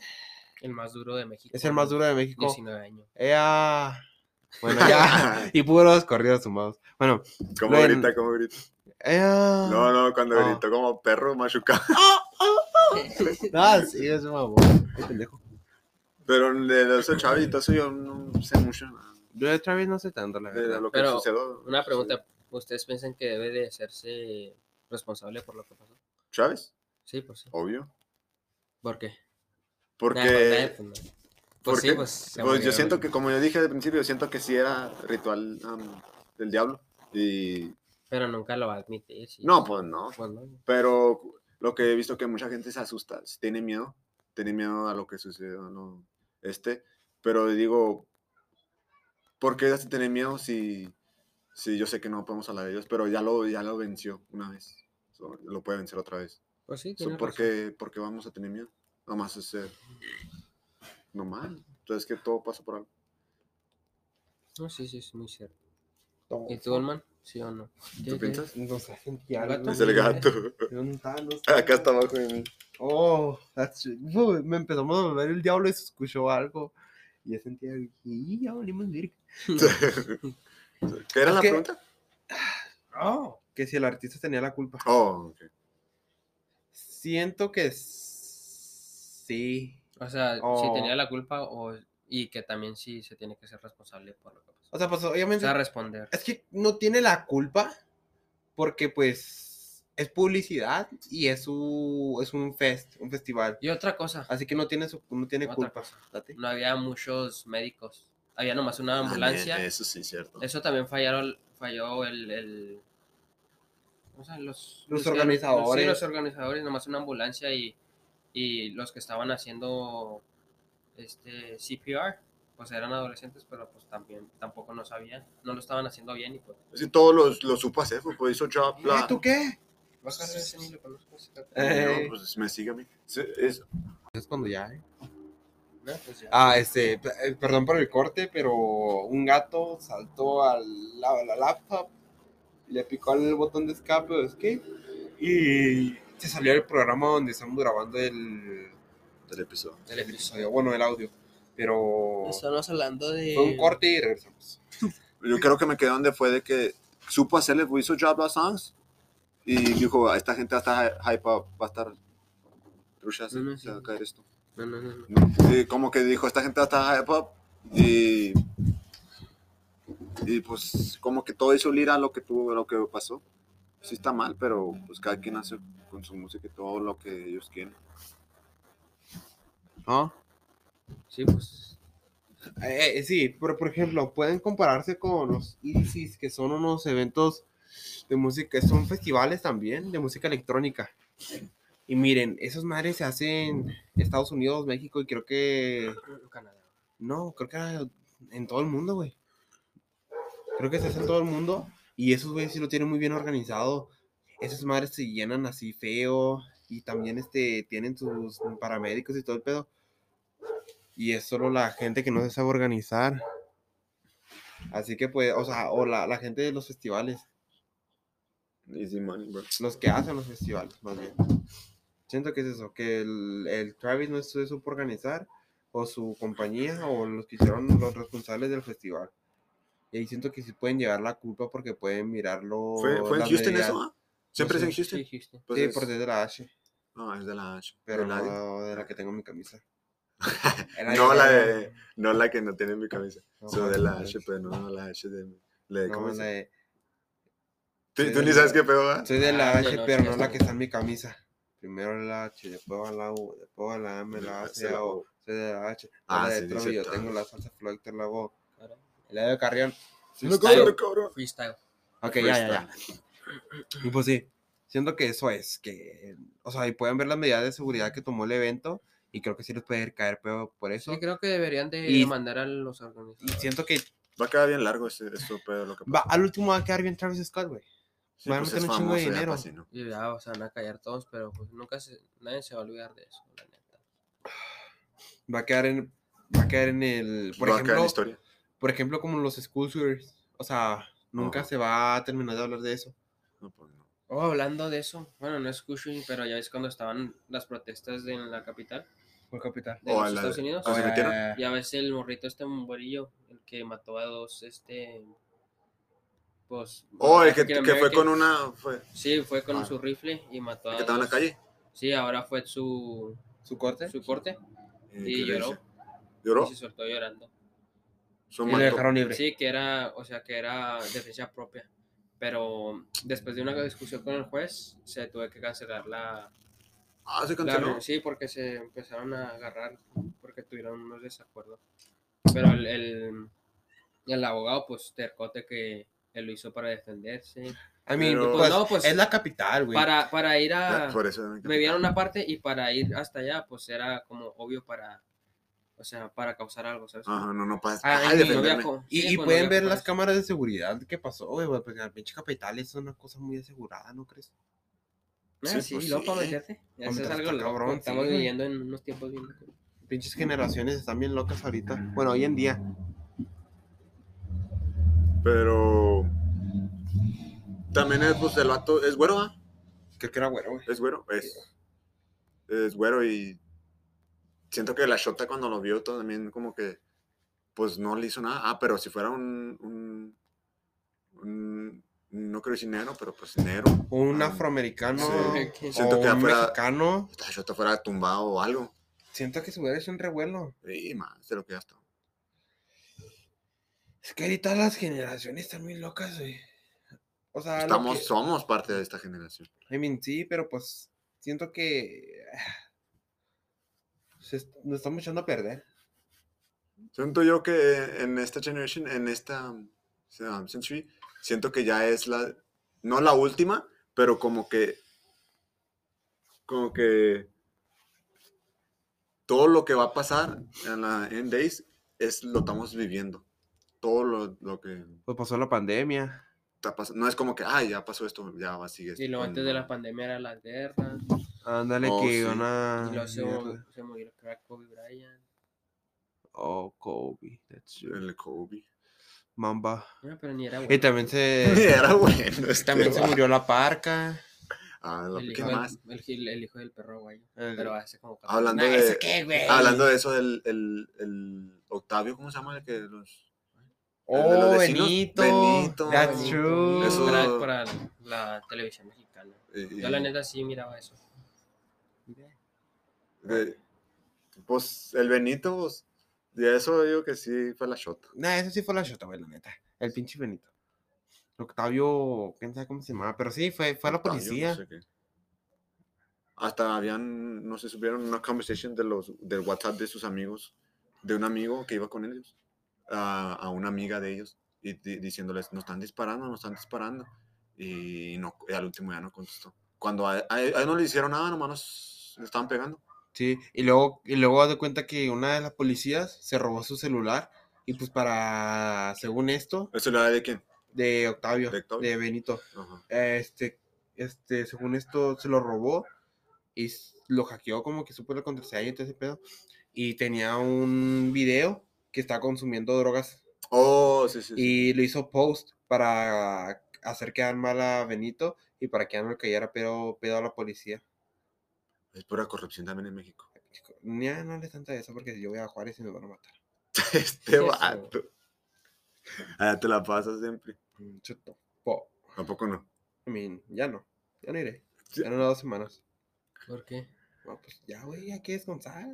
[SPEAKER 3] El más duro de México.
[SPEAKER 1] es el más
[SPEAKER 3] ¿no?
[SPEAKER 1] duro de México.
[SPEAKER 3] 19 años.
[SPEAKER 1] Ea. Bueno, ya. y puros corridos sumados. Bueno,
[SPEAKER 2] ¿Cómo
[SPEAKER 1] no,
[SPEAKER 2] grita?
[SPEAKER 1] en-
[SPEAKER 2] ¿Cómo grita?
[SPEAKER 1] ea.
[SPEAKER 2] No, no, cuando
[SPEAKER 1] Ah.
[SPEAKER 2] gritó como perro machucado.
[SPEAKER 1] Ah, No, sí, es un mamón. Qué pendejo.
[SPEAKER 2] Pero de ese chavito, eso yo no sé mucho nada.
[SPEAKER 1] Yo de Travis no sé tanto, la
[SPEAKER 2] De
[SPEAKER 1] verdad.
[SPEAKER 2] lo que
[SPEAKER 3] Pero,
[SPEAKER 2] sucedió.
[SPEAKER 3] Una pregunta, ¿ustedes piensan que debe de hacerse responsable por lo que pasó?
[SPEAKER 2] ¿Chávez?
[SPEAKER 3] Sí, pues sí.
[SPEAKER 2] Obvio.
[SPEAKER 3] ¿Por qué?
[SPEAKER 2] Porque.
[SPEAKER 3] Nah, pues, nah, pues, nah. Pues
[SPEAKER 2] porque-
[SPEAKER 3] sí, pues. se
[SPEAKER 2] Pues yo
[SPEAKER 3] murieron.
[SPEAKER 2] siento que, como yo dije al principio, yo siento que sí era ritual am, del diablo. Y.
[SPEAKER 3] Pero nunca lo va a admitir. sí.
[SPEAKER 2] No, pues no.
[SPEAKER 3] Pues no.
[SPEAKER 2] Pero lo que he visto que mucha gente se asusta, se tiene miedo, tiene miedo a lo que sucedió, ¿no? Este, pero digo, ¿por qué hace tener miedo si, si yo sé que no podemos hablar de ellos, pero ya lo, ya lo venció una vez, so, lo puede vencer otra vez?
[SPEAKER 3] Pues sí,
[SPEAKER 2] So,
[SPEAKER 3] tiene
[SPEAKER 2] ¿por,
[SPEAKER 3] razón.
[SPEAKER 2] qué, por qué vamos a tener miedo? Nomás es ser normal, entonces que todo pasa por algo.
[SPEAKER 3] No, sí, sí, es muy cierto. ¿Y tú, Olman? ¿Sí o no?
[SPEAKER 2] ¿Tú
[SPEAKER 3] ¿Qué-
[SPEAKER 2] piensas?
[SPEAKER 1] No sé, sentí
[SPEAKER 3] ¿El
[SPEAKER 1] algo.
[SPEAKER 3] gato?
[SPEAKER 2] Es el gato.
[SPEAKER 1] ¿Dónde está? No sé.
[SPEAKER 2] Acá está abajo de mí.
[SPEAKER 1] Oh, that's it. Uy, me empezamos a volver el diablo y se escuchó algo. Y yo sentía, y ya volvimos virgen.
[SPEAKER 2] ¿Qué era
[SPEAKER 1] Es
[SPEAKER 2] la
[SPEAKER 1] que-
[SPEAKER 2] pregunta?
[SPEAKER 1] Oh, que si el artista tenía la culpa.
[SPEAKER 2] Oh, ok.
[SPEAKER 1] Siento que s- sí.
[SPEAKER 3] O sea,
[SPEAKER 1] Oh.
[SPEAKER 3] si tenía la culpa o... y que también sí se tiene que ser responsable por lo que pasó.
[SPEAKER 1] O sea, pues
[SPEAKER 3] O
[SPEAKER 1] obviamente
[SPEAKER 3] sea, responder.
[SPEAKER 1] es que no tiene la culpa porque pues es publicidad y es, su, es un fest, un festival.
[SPEAKER 3] Y otra cosa,
[SPEAKER 1] Así que no tiene, su, no tiene
[SPEAKER 3] Otra
[SPEAKER 1] culpa.
[SPEAKER 3] cosa.
[SPEAKER 1] date.
[SPEAKER 3] no había muchos médicos. Había nomás
[SPEAKER 1] Ah,
[SPEAKER 3] una
[SPEAKER 2] También,
[SPEAKER 3] ambulancia.
[SPEAKER 2] Ah, eh, Eso sí, cierto.
[SPEAKER 3] Eso también fallaron, falló el... el... O sea, los,
[SPEAKER 1] Los
[SPEAKER 3] que-
[SPEAKER 1] organizadores.
[SPEAKER 3] Sí, los organizadores, nomás una ambulancia y, y los que estaban haciendo este CPR, pues eran adolescentes, pero pues también tampoco no sabían, no lo estaban haciendo bien y pues...
[SPEAKER 2] Es que todo lo, lo supo hacer, pues, pues hizo job.
[SPEAKER 1] ¿Eh, ¿Tú qué?
[SPEAKER 3] Vas a ver ese ni lo conozco, ese gato.
[SPEAKER 1] Eh.
[SPEAKER 2] No, pues me sigue a mí. Sí, es-
[SPEAKER 1] Es cuando ya, ¿eh?
[SPEAKER 3] No, pues ya.
[SPEAKER 1] Ah, este, p- eh, perdón por el corte, pero un gato saltó a la, la laptop, le picó al botón de escape o de escape y se salió el programa donde estamos grabando el,
[SPEAKER 2] del episodio.
[SPEAKER 1] el episodio, bueno, el audio, pero
[SPEAKER 3] Estamos hablando de...
[SPEAKER 1] fue un corte y regresamos.
[SPEAKER 2] Yo creo que me quedé donde fue de que supo hacerle, pues, hizo job las songs y dijo, "A esta gente va a estar hy- hype up, va a estar trucha, se,
[SPEAKER 3] No, no,
[SPEAKER 2] se va a
[SPEAKER 3] sí.
[SPEAKER 2] caer esto.
[SPEAKER 3] No, no, no. no.
[SPEAKER 2] Y como que dijo, esta gente va a estar hype up y, y pues como que todo hizo lira lo que tuvo, lo que pasó. Sí está mal, pero pues cada quien hace con su música y todo lo que ellos quieren.
[SPEAKER 1] ¿Ah?
[SPEAKER 3] Sí, pues...
[SPEAKER 1] Eh, eh, sí, pero por ejemplo, pueden compararse con los IDCs, que son unos eventos de música, son festivales también de música electrónica. Y miren, esas madres se hacen en Estados Unidos, México y creo que.
[SPEAKER 3] Canadá.
[SPEAKER 1] No, creo que era en todo el mundo, güey. Creo que se hace en todo el mundo. Y esos güeyes sí lo tienen muy bien organizado. Esas madres se llenan así feo. Y también este, tienen sus paramédicos y todo el pedo. Y es solo la gente que no se sabe organizar. Así que pues, o sea, o la, la gente de los festivales.
[SPEAKER 2] Easy money, bro.
[SPEAKER 1] Los que hacen los festivales, más bien. Siento que es eso, que el, el Travis no se supo organizar, o su compañía, o los que hicieron los responsables del festival. Y ahí siento que sí pueden llevar la culpa porque pueden mirarlo.
[SPEAKER 2] ¿Fue, fue en
[SPEAKER 1] las
[SPEAKER 2] Houston
[SPEAKER 1] medidas.
[SPEAKER 2] eso? ah? ¿Siempre
[SPEAKER 3] Sí,
[SPEAKER 2] es en Houston?
[SPEAKER 3] Sí, Houston.
[SPEAKER 2] Pues
[SPEAKER 1] sí,
[SPEAKER 2] es-
[SPEAKER 1] porque es de la H,
[SPEAKER 2] No, es de la H.
[SPEAKER 1] pero
[SPEAKER 2] de la D.
[SPEAKER 1] no de la que tengo en mi camisa.
[SPEAKER 2] No la de- No la que no tiene en mi cabeza.
[SPEAKER 1] No,
[SPEAKER 2] Sino de la H,
[SPEAKER 1] no,
[SPEAKER 2] pero no la H de... la de-
[SPEAKER 1] no,
[SPEAKER 2] ¿cómo
[SPEAKER 1] la
[SPEAKER 2] se-
[SPEAKER 1] de-
[SPEAKER 2] ¿Tú,
[SPEAKER 1] sí,
[SPEAKER 2] tú
[SPEAKER 1] de
[SPEAKER 2] ni
[SPEAKER 1] la-
[SPEAKER 2] sabes qué pedo va?
[SPEAKER 1] Soy de la
[SPEAKER 3] Ah, de
[SPEAKER 1] H,
[SPEAKER 3] la
[SPEAKER 1] pero
[SPEAKER 3] H,
[SPEAKER 1] no la que
[SPEAKER 3] sí.
[SPEAKER 1] está en mi camisa. Primero la H, después va la U, después va la M, la A,
[SPEAKER 2] Se
[SPEAKER 1] C,
[SPEAKER 2] la
[SPEAKER 1] la O.
[SPEAKER 2] O.
[SPEAKER 1] Soy de la H.
[SPEAKER 2] Ah,
[SPEAKER 1] la de
[SPEAKER 2] sí, dice
[SPEAKER 1] Trovi, yo
[SPEAKER 2] todo.
[SPEAKER 1] tengo la salsa Floyd, te la voz.
[SPEAKER 3] Claro.
[SPEAKER 1] El de Carrión.
[SPEAKER 2] No
[SPEAKER 3] Freestyle.
[SPEAKER 2] cobro, no cobro.
[SPEAKER 3] Freestyle.
[SPEAKER 1] Ok, ya, ya, ya. Y pues sí, siento que eso es, que, o sea, y pueden ver las medidas de seguridad que tomó el evento y creo que sí les puede caer peor por eso.
[SPEAKER 3] Sí, creo que deberían de
[SPEAKER 1] Y-
[SPEAKER 3] mandar a los
[SPEAKER 1] Y
[SPEAKER 3] organizadores.
[SPEAKER 1] siento que
[SPEAKER 2] Va a quedar bien largo ese, esto pedo lo que
[SPEAKER 1] va, al último va a quedar bien Travis Scott, güey.
[SPEAKER 2] Sí,
[SPEAKER 1] van a meter
[SPEAKER 2] es
[SPEAKER 1] un chingo de
[SPEAKER 2] famoso ya,
[SPEAKER 1] dinero.
[SPEAKER 2] pues, sí, ¿no?
[SPEAKER 3] Y ya, o sea, van a callar todos, pero pues nunca se, nadie se va a olvidar de eso, la neta.
[SPEAKER 1] Va a quedar en, va a quedar en el, por
[SPEAKER 2] Va a quedar en
[SPEAKER 1] ejemplo,
[SPEAKER 2] historia.
[SPEAKER 1] por ejemplo, como los school shooters. O sea, nunca
[SPEAKER 2] Ajá.
[SPEAKER 1] se va a terminar de hablar de eso.
[SPEAKER 2] No, pues no.
[SPEAKER 3] Oh, hablando de eso, bueno, no es Cushing, pero ya ves cuando estaban las protestas de- en la capital
[SPEAKER 1] Por capital.
[SPEAKER 3] de
[SPEAKER 2] Oh,
[SPEAKER 3] los
[SPEAKER 2] la-
[SPEAKER 3] Estados Unidos.
[SPEAKER 2] ¿Ah, se metieron?
[SPEAKER 3] Ya ves el morrito este bomberillo, el que mató a dos, este, pues...
[SPEAKER 2] Oh, el que,
[SPEAKER 3] African
[SPEAKER 2] que fue
[SPEAKER 3] American.
[SPEAKER 2] con una... Fue,
[SPEAKER 3] Sí, fue con
[SPEAKER 2] Ah.
[SPEAKER 3] su rifle y mató a
[SPEAKER 2] el que estaba en la
[SPEAKER 3] dos.
[SPEAKER 2] calle.
[SPEAKER 3] Sí, ahora fue su,
[SPEAKER 1] ¿Su corte?
[SPEAKER 3] su corte.
[SPEAKER 2] Eh,
[SPEAKER 3] Y
[SPEAKER 2] que le
[SPEAKER 3] lloró.
[SPEAKER 2] dice, ¿Lloró?
[SPEAKER 3] y se soltó llorando.
[SPEAKER 2] Su
[SPEAKER 1] Y lo
[SPEAKER 2] manto.
[SPEAKER 1] dejaron libre.
[SPEAKER 3] Sí, que era, o sea, que era defensa propia. Pero después de una discusión con el juez, se tuve que cancelar la,
[SPEAKER 2] Ah, se
[SPEAKER 3] la
[SPEAKER 2] canceló.
[SPEAKER 3] reunión. Sí, porque se empezaron a agarrar, porque tuvieron unos desacuerdos. Pero el, el, el abogado, pues, tercote que él lo hizo para defenderse.
[SPEAKER 1] A mí,
[SPEAKER 2] Pero-
[SPEAKER 1] pues,
[SPEAKER 3] No, pues,
[SPEAKER 1] es la capital, güey.
[SPEAKER 3] Para, para ir
[SPEAKER 2] Ah,
[SPEAKER 3] a...
[SPEAKER 2] Por eso. no hay que-
[SPEAKER 3] me vieron una parte y para ir hasta allá, pues era como obvio para, o sea, para causar algo, ¿sabes?
[SPEAKER 2] Ajá, no, no pasa.
[SPEAKER 1] Ah,
[SPEAKER 2] Ay,
[SPEAKER 1] y-
[SPEAKER 3] No
[SPEAKER 2] defenderme.
[SPEAKER 3] viajo,
[SPEAKER 1] Y,
[SPEAKER 3] sí,
[SPEAKER 1] y
[SPEAKER 3] pues, no
[SPEAKER 1] pueden
[SPEAKER 3] viajo
[SPEAKER 1] ver
[SPEAKER 3] por
[SPEAKER 1] las
[SPEAKER 3] eso.
[SPEAKER 1] cámaras de seguridad que pasó, güey, güey, porque la pinche capital es una cosa muy asegurada, ¿no crees?
[SPEAKER 3] Ah,
[SPEAKER 2] Sí,
[SPEAKER 3] sí,
[SPEAKER 2] pues,
[SPEAKER 3] loco,
[SPEAKER 2] sí.
[SPEAKER 3] ¿me entiendes? Eso es
[SPEAKER 1] meterse
[SPEAKER 3] algo
[SPEAKER 1] está
[SPEAKER 3] loco.
[SPEAKER 1] cabrón, sí,
[SPEAKER 3] Estamos
[SPEAKER 1] güey.
[SPEAKER 3] viviendo en unos tiempos bien locos.
[SPEAKER 1] Pinches generaciones están bien locas ahorita. Bueno, hoy en día.
[SPEAKER 2] Pero. También es, pues, el vato. Es güero, ¿ah?
[SPEAKER 1] Creo que era güero, güey.
[SPEAKER 2] Es güero. Es. Es güero y. Siento que la Shota cuando lo vio también, como que. Pues no le hizo nada. Ah, pero si fuera un. un, un- no creo decir negro, pero pues negro.
[SPEAKER 1] O un
[SPEAKER 2] Ah,
[SPEAKER 1] afroamericano.
[SPEAKER 2] sí.
[SPEAKER 3] ¿Qué?
[SPEAKER 2] Siento
[SPEAKER 1] o
[SPEAKER 2] que
[SPEAKER 1] un
[SPEAKER 2] afuera-
[SPEAKER 1] mexicano.
[SPEAKER 2] La Shota fuera tumbado o algo.
[SPEAKER 1] Siento que su hubiera hecho un revuelo.
[SPEAKER 2] Y más de lo que ya está.
[SPEAKER 1] Es que ahorita las generaciones están muy locas, güey. O sea, Ah, lo
[SPEAKER 2] Estamos,
[SPEAKER 1] que-
[SPEAKER 2] somos parte de esta generación.
[SPEAKER 1] I mean, sí, pero pues siento que ah, se est- nos estamos echando a perder.
[SPEAKER 2] Siento yo que en esta generation, en esta um, century, siento que ya es la, no la última, pero como que, como que todo lo que va a pasar en la end days es lo estamos viviendo. Todo lo, lo que
[SPEAKER 1] Pues pasó la pandemia.
[SPEAKER 2] está pasando. No es como que, ah, ya pasó esto, ya va, sigue.
[SPEAKER 3] Y luego antes de la pandemia era la guerra,
[SPEAKER 1] Ándale,
[SPEAKER 2] Oh,
[SPEAKER 1] que
[SPEAKER 2] sí.
[SPEAKER 1] iban a.
[SPEAKER 3] y luego se,
[SPEAKER 1] mierda.
[SPEAKER 3] se murió el crack Kobe Bryant.
[SPEAKER 1] Oh, Kobe. That's true.
[SPEAKER 2] El Kobe.
[SPEAKER 1] Mamba.
[SPEAKER 3] No, pero ni era bueno.
[SPEAKER 1] Y también se.
[SPEAKER 2] Era bueno. este
[SPEAKER 1] también se
[SPEAKER 2] va.
[SPEAKER 1] murió la parca.
[SPEAKER 2] Ah, lo-
[SPEAKER 3] el,
[SPEAKER 2] ¿qué
[SPEAKER 3] hijo del,
[SPEAKER 2] más?
[SPEAKER 3] el gil- el hijo del perro guayo.
[SPEAKER 1] El-
[SPEAKER 3] Pero hace como... cuatro-
[SPEAKER 2] Hablando
[SPEAKER 3] Nah,
[SPEAKER 2] de-
[SPEAKER 3] ¿Ese qué, güey?
[SPEAKER 2] Hablando de eso, el, el, el Octavio, ¿cómo se llama? El que los... El de los
[SPEAKER 1] Oh,
[SPEAKER 2] vecinos,
[SPEAKER 1] Benito.
[SPEAKER 2] Benito.
[SPEAKER 1] That's true.
[SPEAKER 2] Eso-
[SPEAKER 3] Crack para la televisión mexicana.
[SPEAKER 2] y-
[SPEAKER 3] Yo la neta sí miraba eso.
[SPEAKER 2] de- pues el Benito, pues, y eso digo que sí fue la shot.
[SPEAKER 1] Nah, eso sí fue la chota, güey, la neta. El pinche Benito. Octavio, quién sabe cómo se llamaba, pero sí, fue, fue la
[SPEAKER 2] Octavio, no
[SPEAKER 1] policía.
[SPEAKER 2] sé qué. Hasta habían, no sé, subieron una conversation de los, del WhatsApp de sus amigos, de un amigo que iba con ellos, a, a una amiga de ellos, y di- diciéndoles, nos están disparando, nos están disparando. Y, no, y al último ya no contestó. Cuando a, a él a él no le hicieron nada, nomás nos- le estaban pegando.
[SPEAKER 1] Sí, y luego, y luego haz de cuenta que una de las policías se robó su celular. Y pues para, según esto,
[SPEAKER 2] ¿Eso le da de quién?
[SPEAKER 1] de Octavio,
[SPEAKER 2] De
[SPEAKER 1] de,
[SPEAKER 2] Octavio.
[SPEAKER 1] Benito.
[SPEAKER 2] Ajá.
[SPEAKER 1] Este, este, según esto, se lo robó y s- lo hackeó como que supo la contraseña y todo ese pedo. Y tenía un video que estaba consumiendo drogas
[SPEAKER 2] Oh, sí, sí. sí.
[SPEAKER 1] y lo hizo post para hacer quedar mal a Benito y para que ya no le cayera pedo, pedo a la policía.
[SPEAKER 2] Es pura corrupción también en México.
[SPEAKER 1] Chico, Ya no le tanta eso porque yo voy a Juárez y me van a matar.
[SPEAKER 2] Este
[SPEAKER 3] eso.
[SPEAKER 2] vato. Allá te la pasas siempre.
[SPEAKER 1] Mm, chuto, po.
[SPEAKER 2] Tampoco no.
[SPEAKER 1] I mean, ya no. Ya no iré.
[SPEAKER 2] Sí.
[SPEAKER 1] Ya en unas dos semanas.
[SPEAKER 3] ¿Por qué?
[SPEAKER 1] No, pues ya, güey, hay que descansar.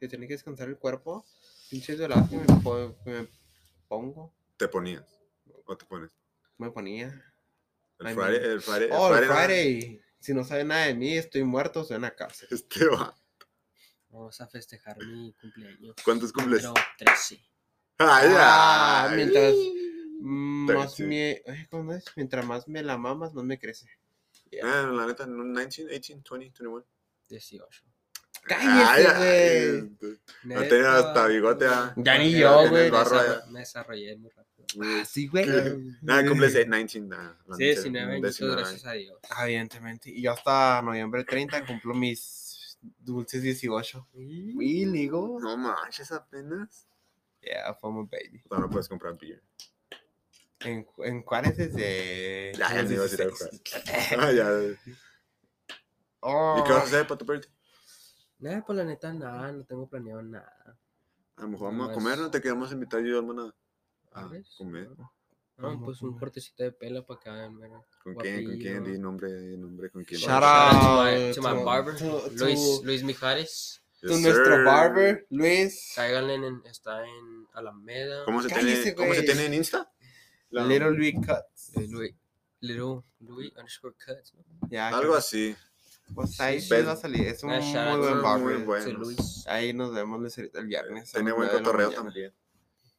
[SPEAKER 1] Se tiene que descansar el cuerpo. Pinches doradas que me, po- que me pongo.
[SPEAKER 2] Te ponías. O te pones.
[SPEAKER 1] Me ponía.
[SPEAKER 2] El
[SPEAKER 1] Ay,
[SPEAKER 2] Friday.
[SPEAKER 1] no.
[SPEAKER 2] El Friday. el
[SPEAKER 1] Oh, el
[SPEAKER 2] Eh, Friday night.
[SPEAKER 1] Friday. Si no sabe nada de mí, estoy muerto, estoy en la cárcel.
[SPEAKER 2] Este va.
[SPEAKER 3] Vamos a festejar mi cumpleaños.
[SPEAKER 2] ¿Cuántos cumples?
[SPEAKER 3] Pero 13.
[SPEAKER 2] Ay,
[SPEAKER 1] Ah,
[SPEAKER 2] ay.
[SPEAKER 1] mientras mm,
[SPEAKER 2] Pero
[SPEAKER 1] más
[SPEAKER 2] sí.
[SPEAKER 1] me. ay, ¿Cómo es? Mientras más me la mamas, más me crece.
[SPEAKER 2] Ah, la neta, no, 19, 18, 20, 21.
[SPEAKER 3] 18.
[SPEAKER 1] ¡Cállate,
[SPEAKER 2] Ay,
[SPEAKER 1] güey!
[SPEAKER 2] ay, No tenía hasta bigote, ah.
[SPEAKER 1] Ya ni
[SPEAKER 3] Me
[SPEAKER 1] yo,
[SPEAKER 3] desarrollé-
[SPEAKER 1] güey.
[SPEAKER 3] Me, desarro-
[SPEAKER 2] Barra, ya.
[SPEAKER 3] me desarrollé muy rápido.
[SPEAKER 1] Ah,
[SPEAKER 2] ay.
[SPEAKER 1] sí, güey.
[SPEAKER 2] Nada, cumples eh, 19. nah, la
[SPEAKER 3] Sí,
[SPEAKER 2] neta,
[SPEAKER 3] 19 años,
[SPEAKER 2] 19.
[SPEAKER 3] gracias a Dios.
[SPEAKER 1] Ah, Evidentemente. Y yo hasta noviembre 30 cumplo mis dulces 18. Y digo,
[SPEAKER 2] No manches, apenas.
[SPEAKER 1] yeah, fue my baby.
[SPEAKER 2] O sea, no puedes comprar beer.
[SPEAKER 1] En, Ju- en Juárez desde.
[SPEAKER 2] Ya, ya
[SPEAKER 1] los
[SPEAKER 2] me iba a decir
[SPEAKER 1] 16.
[SPEAKER 2] Ah, ya. ¿Y
[SPEAKER 1] Oh,
[SPEAKER 2] qué vas a hacer para tu birthday?
[SPEAKER 3] Nada, pues la neta, nada, no tengo planeado nada.
[SPEAKER 2] A lo mejor vamos a
[SPEAKER 3] Nomás-
[SPEAKER 2] comer, no te queremos invitar yo, hermana. A
[SPEAKER 3] ¿Sabes?
[SPEAKER 2] comer. Ah,
[SPEAKER 3] No,
[SPEAKER 1] Vamos
[SPEAKER 3] pues
[SPEAKER 1] a
[SPEAKER 3] un
[SPEAKER 1] comer.
[SPEAKER 3] cortecito de pelo para acá, mira.
[SPEAKER 2] ¿Con quién? ¿Con quién?
[SPEAKER 3] Guapillo.
[SPEAKER 2] Di nombre, di nombre, ¿con quién?
[SPEAKER 1] Shout
[SPEAKER 3] Shout out
[SPEAKER 1] out
[SPEAKER 3] to my- to my barber,
[SPEAKER 1] to- to-
[SPEAKER 3] Luis, Luis Mijares.
[SPEAKER 1] Entonces,
[SPEAKER 2] Yes,
[SPEAKER 1] nuestro
[SPEAKER 2] sir.
[SPEAKER 1] barber, Luis,
[SPEAKER 3] Cáiganle en, está en Alameda.
[SPEAKER 2] ¿Cómo se,
[SPEAKER 1] Cállese,
[SPEAKER 2] tiene, ¿Cómo se
[SPEAKER 1] güey.
[SPEAKER 2] tiene en Insta? La-
[SPEAKER 1] Little Luis Cuts.
[SPEAKER 3] Eh, Louis, Little Louis underscore cuts. ¿no?
[SPEAKER 1] Ya,
[SPEAKER 2] Algo así.
[SPEAKER 1] Pues ahí
[SPEAKER 3] Sí,
[SPEAKER 1] sí
[SPEAKER 2] sí.
[SPEAKER 1] va a salir. Es un
[SPEAKER 3] Ah,
[SPEAKER 1] muy
[SPEAKER 3] shout out.
[SPEAKER 1] buen
[SPEAKER 2] Muy
[SPEAKER 1] barber.
[SPEAKER 2] bueno.
[SPEAKER 3] Sí, Luis.
[SPEAKER 1] Ahí nos vemos Luis, ahorita el viernes. a
[SPEAKER 2] Tiene
[SPEAKER 1] las nueve
[SPEAKER 2] buen
[SPEAKER 1] de la
[SPEAKER 2] cotorreo
[SPEAKER 1] mañana.
[SPEAKER 2] también.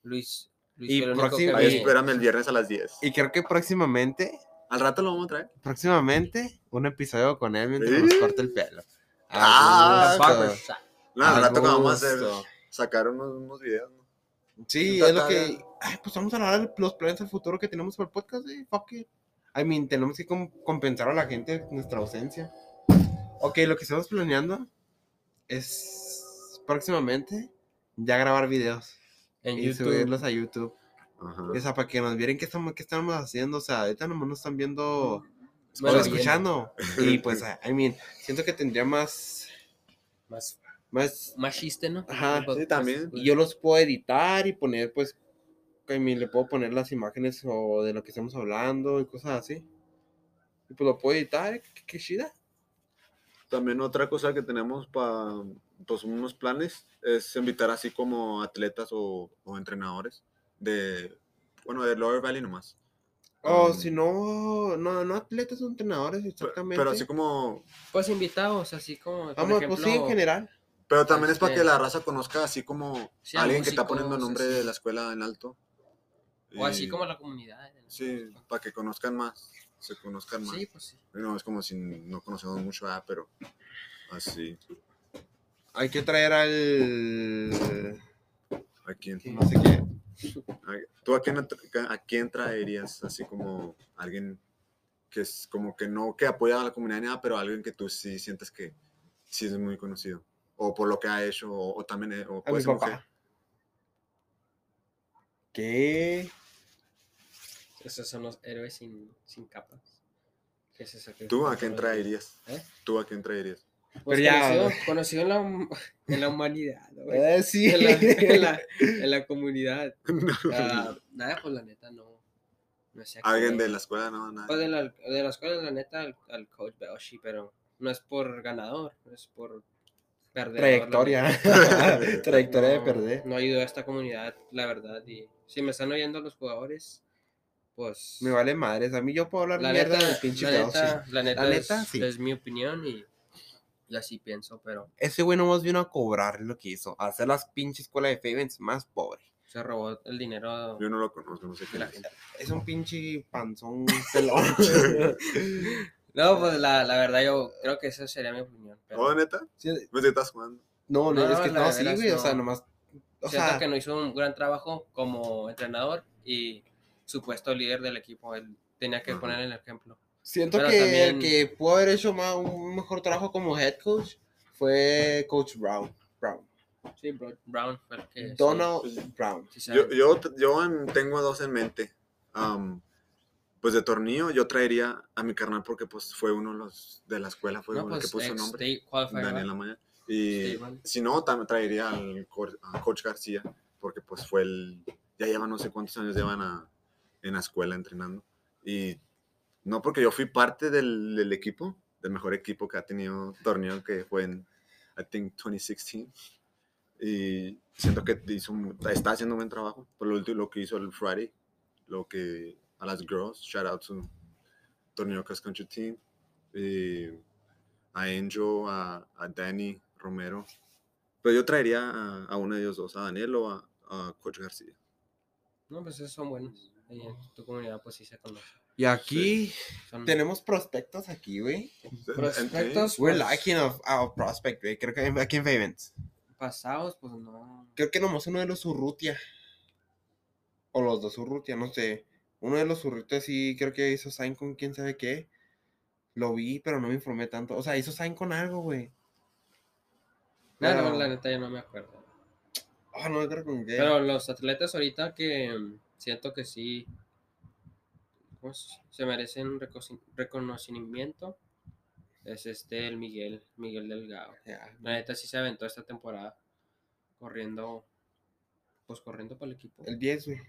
[SPEAKER 3] Luis. Luis
[SPEAKER 1] Y
[SPEAKER 3] fue el único
[SPEAKER 1] próximo-
[SPEAKER 3] que
[SPEAKER 1] Está
[SPEAKER 2] Ahí
[SPEAKER 1] bien.
[SPEAKER 3] me-
[SPEAKER 2] espérame el viernes a las 10.
[SPEAKER 1] Y creo que próximamente,
[SPEAKER 2] Al rato lo vamos a traer.
[SPEAKER 1] próximamente, un episodio con él mientras
[SPEAKER 2] Sí.
[SPEAKER 1] nos corta el pelo.
[SPEAKER 2] Ah,
[SPEAKER 1] A
[SPEAKER 3] Barber
[SPEAKER 1] gusto,
[SPEAKER 3] Shop.
[SPEAKER 2] No, al
[SPEAKER 1] a
[SPEAKER 2] rato que vamos a hacer.
[SPEAKER 1] gusto.
[SPEAKER 2] Sacar unos, unos videos. ¿no?
[SPEAKER 1] Sí,
[SPEAKER 2] Nunca
[SPEAKER 1] es lo que.
[SPEAKER 2] tarda.
[SPEAKER 1] Ay, pues vamos a hablar de los planes del futuro que tenemos para el podcast, eh. Fuck it. I mean, tenemos que com- compensar a la gente nuestra ausencia. Ok, lo que estamos planeando es próximamente ya grabar videos
[SPEAKER 3] En
[SPEAKER 1] y
[SPEAKER 3] YouTube.
[SPEAKER 1] subirlos a YouTube.
[SPEAKER 2] Ajá.
[SPEAKER 1] O sea, para que nos vieran qué estamos, qué estamos haciendo. O sea, ahorita nomás nos están viendo
[SPEAKER 3] Bueno,
[SPEAKER 1] o
[SPEAKER 3] bien,
[SPEAKER 1] escuchando. Y pues, I mean, siento que tendría más.
[SPEAKER 3] Más,
[SPEAKER 1] más
[SPEAKER 3] más chiste, ¿no? pues,
[SPEAKER 1] Ajá,
[SPEAKER 3] Un podcast,
[SPEAKER 2] sí, también.
[SPEAKER 1] y yo los puedo editar y poner, pues, I mean, le puedo poner las imágenes o de lo que estamos hablando y cosas así. Y pues lo puedo editar, qué, qué chida.
[SPEAKER 2] También otra cosa que tenemos para pues, unos planes es invitar así como atletas o, o entrenadores de, bueno, de Lower Valley nomás.
[SPEAKER 1] O
[SPEAKER 3] Mm.
[SPEAKER 2] Um,
[SPEAKER 1] si no, no, no atletas o entrenadores
[SPEAKER 2] pe-
[SPEAKER 1] exactamente.
[SPEAKER 2] Pero así como,
[SPEAKER 3] Pues invitados, así como. por
[SPEAKER 1] Vamos,
[SPEAKER 3] ejemplo,
[SPEAKER 1] pues sí, en general.
[SPEAKER 2] pero también es para
[SPEAKER 3] Este-
[SPEAKER 2] que la raza conozca así como
[SPEAKER 3] Sí, a
[SPEAKER 2] alguien que está
[SPEAKER 3] músicos,
[SPEAKER 2] poniendo nombre
[SPEAKER 3] así.
[SPEAKER 2] de la escuela en alto.
[SPEAKER 3] O así
[SPEAKER 2] Y-
[SPEAKER 3] como la comunidad. ¿no?
[SPEAKER 2] Sí, para que conozcan más, se conozcan más.
[SPEAKER 3] Sí, pues sí.
[SPEAKER 2] No, es como si no conocemos mucho, ah, pero así,
[SPEAKER 1] Hay que traer al.
[SPEAKER 2] ¿a quién?
[SPEAKER 1] No sé qué.
[SPEAKER 2] ¿A- ¿Tú a quién, atra- a quién traerías? Así como alguien que es como que no que apoya a la comunidad ni nada, pero alguien que tú sí sientes que sí es muy conocido. O por lo que ha hecho, o, o también eh, o
[SPEAKER 1] A
[SPEAKER 2] puede
[SPEAKER 1] mi
[SPEAKER 2] ser mujer.
[SPEAKER 1] papá. ¿Qué?
[SPEAKER 3] Esos son los héroes sin, sin capas. Que se sacrifican
[SPEAKER 2] ¿Tú a
[SPEAKER 3] por
[SPEAKER 2] quién
[SPEAKER 3] los
[SPEAKER 2] traerías?
[SPEAKER 3] ¿Eh?
[SPEAKER 2] ¿Tú a quién traerías?
[SPEAKER 3] demás. Pues
[SPEAKER 1] Pero ya,
[SPEAKER 3] conocido,
[SPEAKER 1] güey.
[SPEAKER 3] conocido en, la, hum- en la humanidad, ¿no, güey?
[SPEAKER 1] Eh, sí.
[SPEAKER 3] En la, en la- en la comunidad.
[SPEAKER 2] No.
[SPEAKER 3] Ah, nada, pues la neta no. No sé. a quién
[SPEAKER 2] Alguien
[SPEAKER 3] le-
[SPEAKER 2] de la escuela, no, nada.
[SPEAKER 3] Pues de la, de la escuela, la neta, al, al coach Beoshi, pero no es por ganador, es por perdedor. la
[SPEAKER 1] Trayectoria.
[SPEAKER 3] neta.
[SPEAKER 1] Trayectoria de
[SPEAKER 3] No-
[SPEAKER 1] perder.
[SPEAKER 3] No ayudó a esta comunidad, la verdad. Y si me están oyendo los jugadores, pues.
[SPEAKER 1] Me vale madres. A mí yo puedo hablar
[SPEAKER 3] la
[SPEAKER 1] mierda
[SPEAKER 3] neta,
[SPEAKER 1] del pinche
[SPEAKER 3] la
[SPEAKER 1] Teo, sí.
[SPEAKER 3] neta, la neta,
[SPEAKER 1] La
[SPEAKER 3] es,
[SPEAKER 1] neta, sí.
[SPEAKER 3] es mi opinión y, y así pienso, pero
[SPEAKER 1] Ese güey nomás vino a cobrar lo que hizo, a hacer las pinches escuela de Favens más pobre.
[SPEAKER 3] se robó el dinero
[SPEAKER 2] Yo no lo conozco, no sé
[SPEAKER 3] de
[SPEAKER 2] quién
[SPEAKER 3] la
[SPEAKER 2] es.
[SPEAKER 3] gente.
[SPEAKER 1] Es un pinche panzón pelón.
[SPEAKER 3] No, pues la, la verdad, yo creo que esa sería mi opinión. Pero
[SPEAKER 2] ¿Oh, neta?
[SPEAKER 1] Sí,
[SPEAKER 2] Pues te estás jugando.
[SPEAKER 1] no, no,
[SPEAKER 3] No,
[SPEAKER 1] es que
[SPEAKER 3] la
[SPEAKER 1] no,
[SPEAKER 3] de
[SPEAKER 1] sí,
[SPEAKER 3] veras
[SPEAKER 1] güey, o sea,
[SPEAKER 3] no.
[SPEAKER 1] nomás. O
[SPEAKER 3] siento
[SPEAKER 1] sea,
[SPEAKER 3] que no hizo un gran trabajo como entrenador y supuesto líder del equipo. Él tenía que
[SPEAKER 2] Ajá.
[SPEAKER 3] poner el ejemplo.
[SPEAKER 1] siento
[SPEAKER 3] pero
[SPEAKER 1] que el
[SPEAKER 3] también-
[SPEAKER 1] que pudo haber hecho más, un mejor trabajo como head coach fue Coach Brown. Brown.
[SPEAKER 3] Sí, Bro- Brown fue el que. sí-
[SPEAKER 1] Donald
[SPEAKER 2] sí.
[SPEAKER 1] Brown.
[SPEAKER 3] sí sabe.
[SPEAKER 2] Yo, yo, yo en- tengo dos en mente. Am, pues de tornillo yo traería a mi carnal porque pues fue uno de los de la escuela, fue
[SPEAKER 3] no,
[SPEAKER 2] uno el
[SPEAKER 3] pues,
[SPEAKER 2] que puso
[SPEAKER 3] ex
[SPEAKER 2] nombre.
[SPEAKER 3] state qualifier,
[SPEAKER 2] Daniel
[SPEAKER 3] ¿verdad?
[SPEAKER 2] Amaya. Y
[SPEAKER 3] Sí, vale.
[SPEAKER 2] si no, también traería al cor- a Coach García, porque pues fue el... Ya llevan no sé cuántos años llevan a- en la escuela entrenando. Y no porque yo fui parte del, del equipo, del mejor equipo que ha tenido torneo, que fue en, I think, 2016. Y siento que hizo, un- está haciendo un buen trabajo. Por lo último, lo que hizo el Friday, lo que a las girls, shout out to Torneo Cross Country Team. Y a Enjo, a, a Danny Romero. Pero yo traería a, a uno de ellos dos, a Daniel o a, a Coach García.
[SPEAKER 3] No, pues esos son buenos. Ahí en tu comunidad, pues sí se conoce.
[SPEAKER 1] Y aquí
[SPEAKER 3] Son
[SPEAKER 1] tenemos prospectos aquí, güey.
[SPEAKER 3] prospectos
[SPEAKER 1] We're
[SPEAKER 3] pues,
[SPEAKER 1] lacking of our prospect, güey. Creo que aquí en Favens.
[SPEAKER 3] pasados, pues no.
[SPEAKER 1] Creo que nomás uno de los Urrutia. O los dos Urrutia, no sé. Uno de los Urrutia sí, creo que hizo sign con quién sabe qué. Lo vi, pero no me informé tanto. O sea, hizo sign con algo, güey.
[SPEAKER 3] No, no,
[SPEAKER 1] Pero-
[SPEAKER 3] la neta yo no me acuerdo.
[SPEAKER 1] Ah, no me acuerdo con qué.
[SPEAKER 3] Pero los atletas ahorita que mm, siento que sí pues, se merecen recoci- reconocimiento es este el Miguel, Miguel Delgado.
[SPEAKER 1] Ya.
[SPEAKER 3] La neta sí se aventó esta temporada corriendo, pues corriendo para el equipo.
[SPEAKER 1] El 10, güey.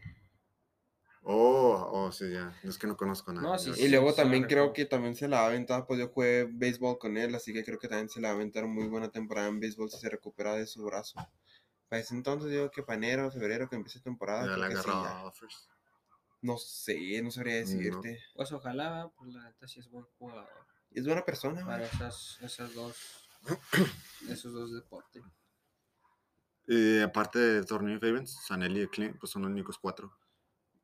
[SPEAKER 2] Oh, oh, sí, ya. Es que no conozco nada.
[SPEAKER 3] No, sí,
[SPEAKER 1] Y
[SPEAKER 3] sí.
[SPEAKER 1] luego
[SPEAKER 3] se la
[SPEAKER 1] también creo
[SPEAKER 3] rifó.
[SPEAKER 1] que también se la va a aventar, pues yo jugué béisbol con él, así que creo que también se la va a aventar muy buena temporada en béisbol si se recupera de su brazo. Para ese entonces digo que para enero, febrero que empiece temporada,
[SPEAKER 2] Ya la
[SPEAKER 1] Ah, creo que sí, ya.
[SPEAKER 2] agarraba offers.
[SPEAKER 1] no sé, no sabría decirte.
[SPEAKER 3] Pues ojalá, pues la neta sí es buen jugador
[SPEAKER 1] Es buena persona, güey.
[SPEAKER 3] para esas, esas dos, esos dos deportes.
[SPEAKER 2] Y aparte de Torneo y Favens, Sanelli y Clint, pues son los únicos cuatro.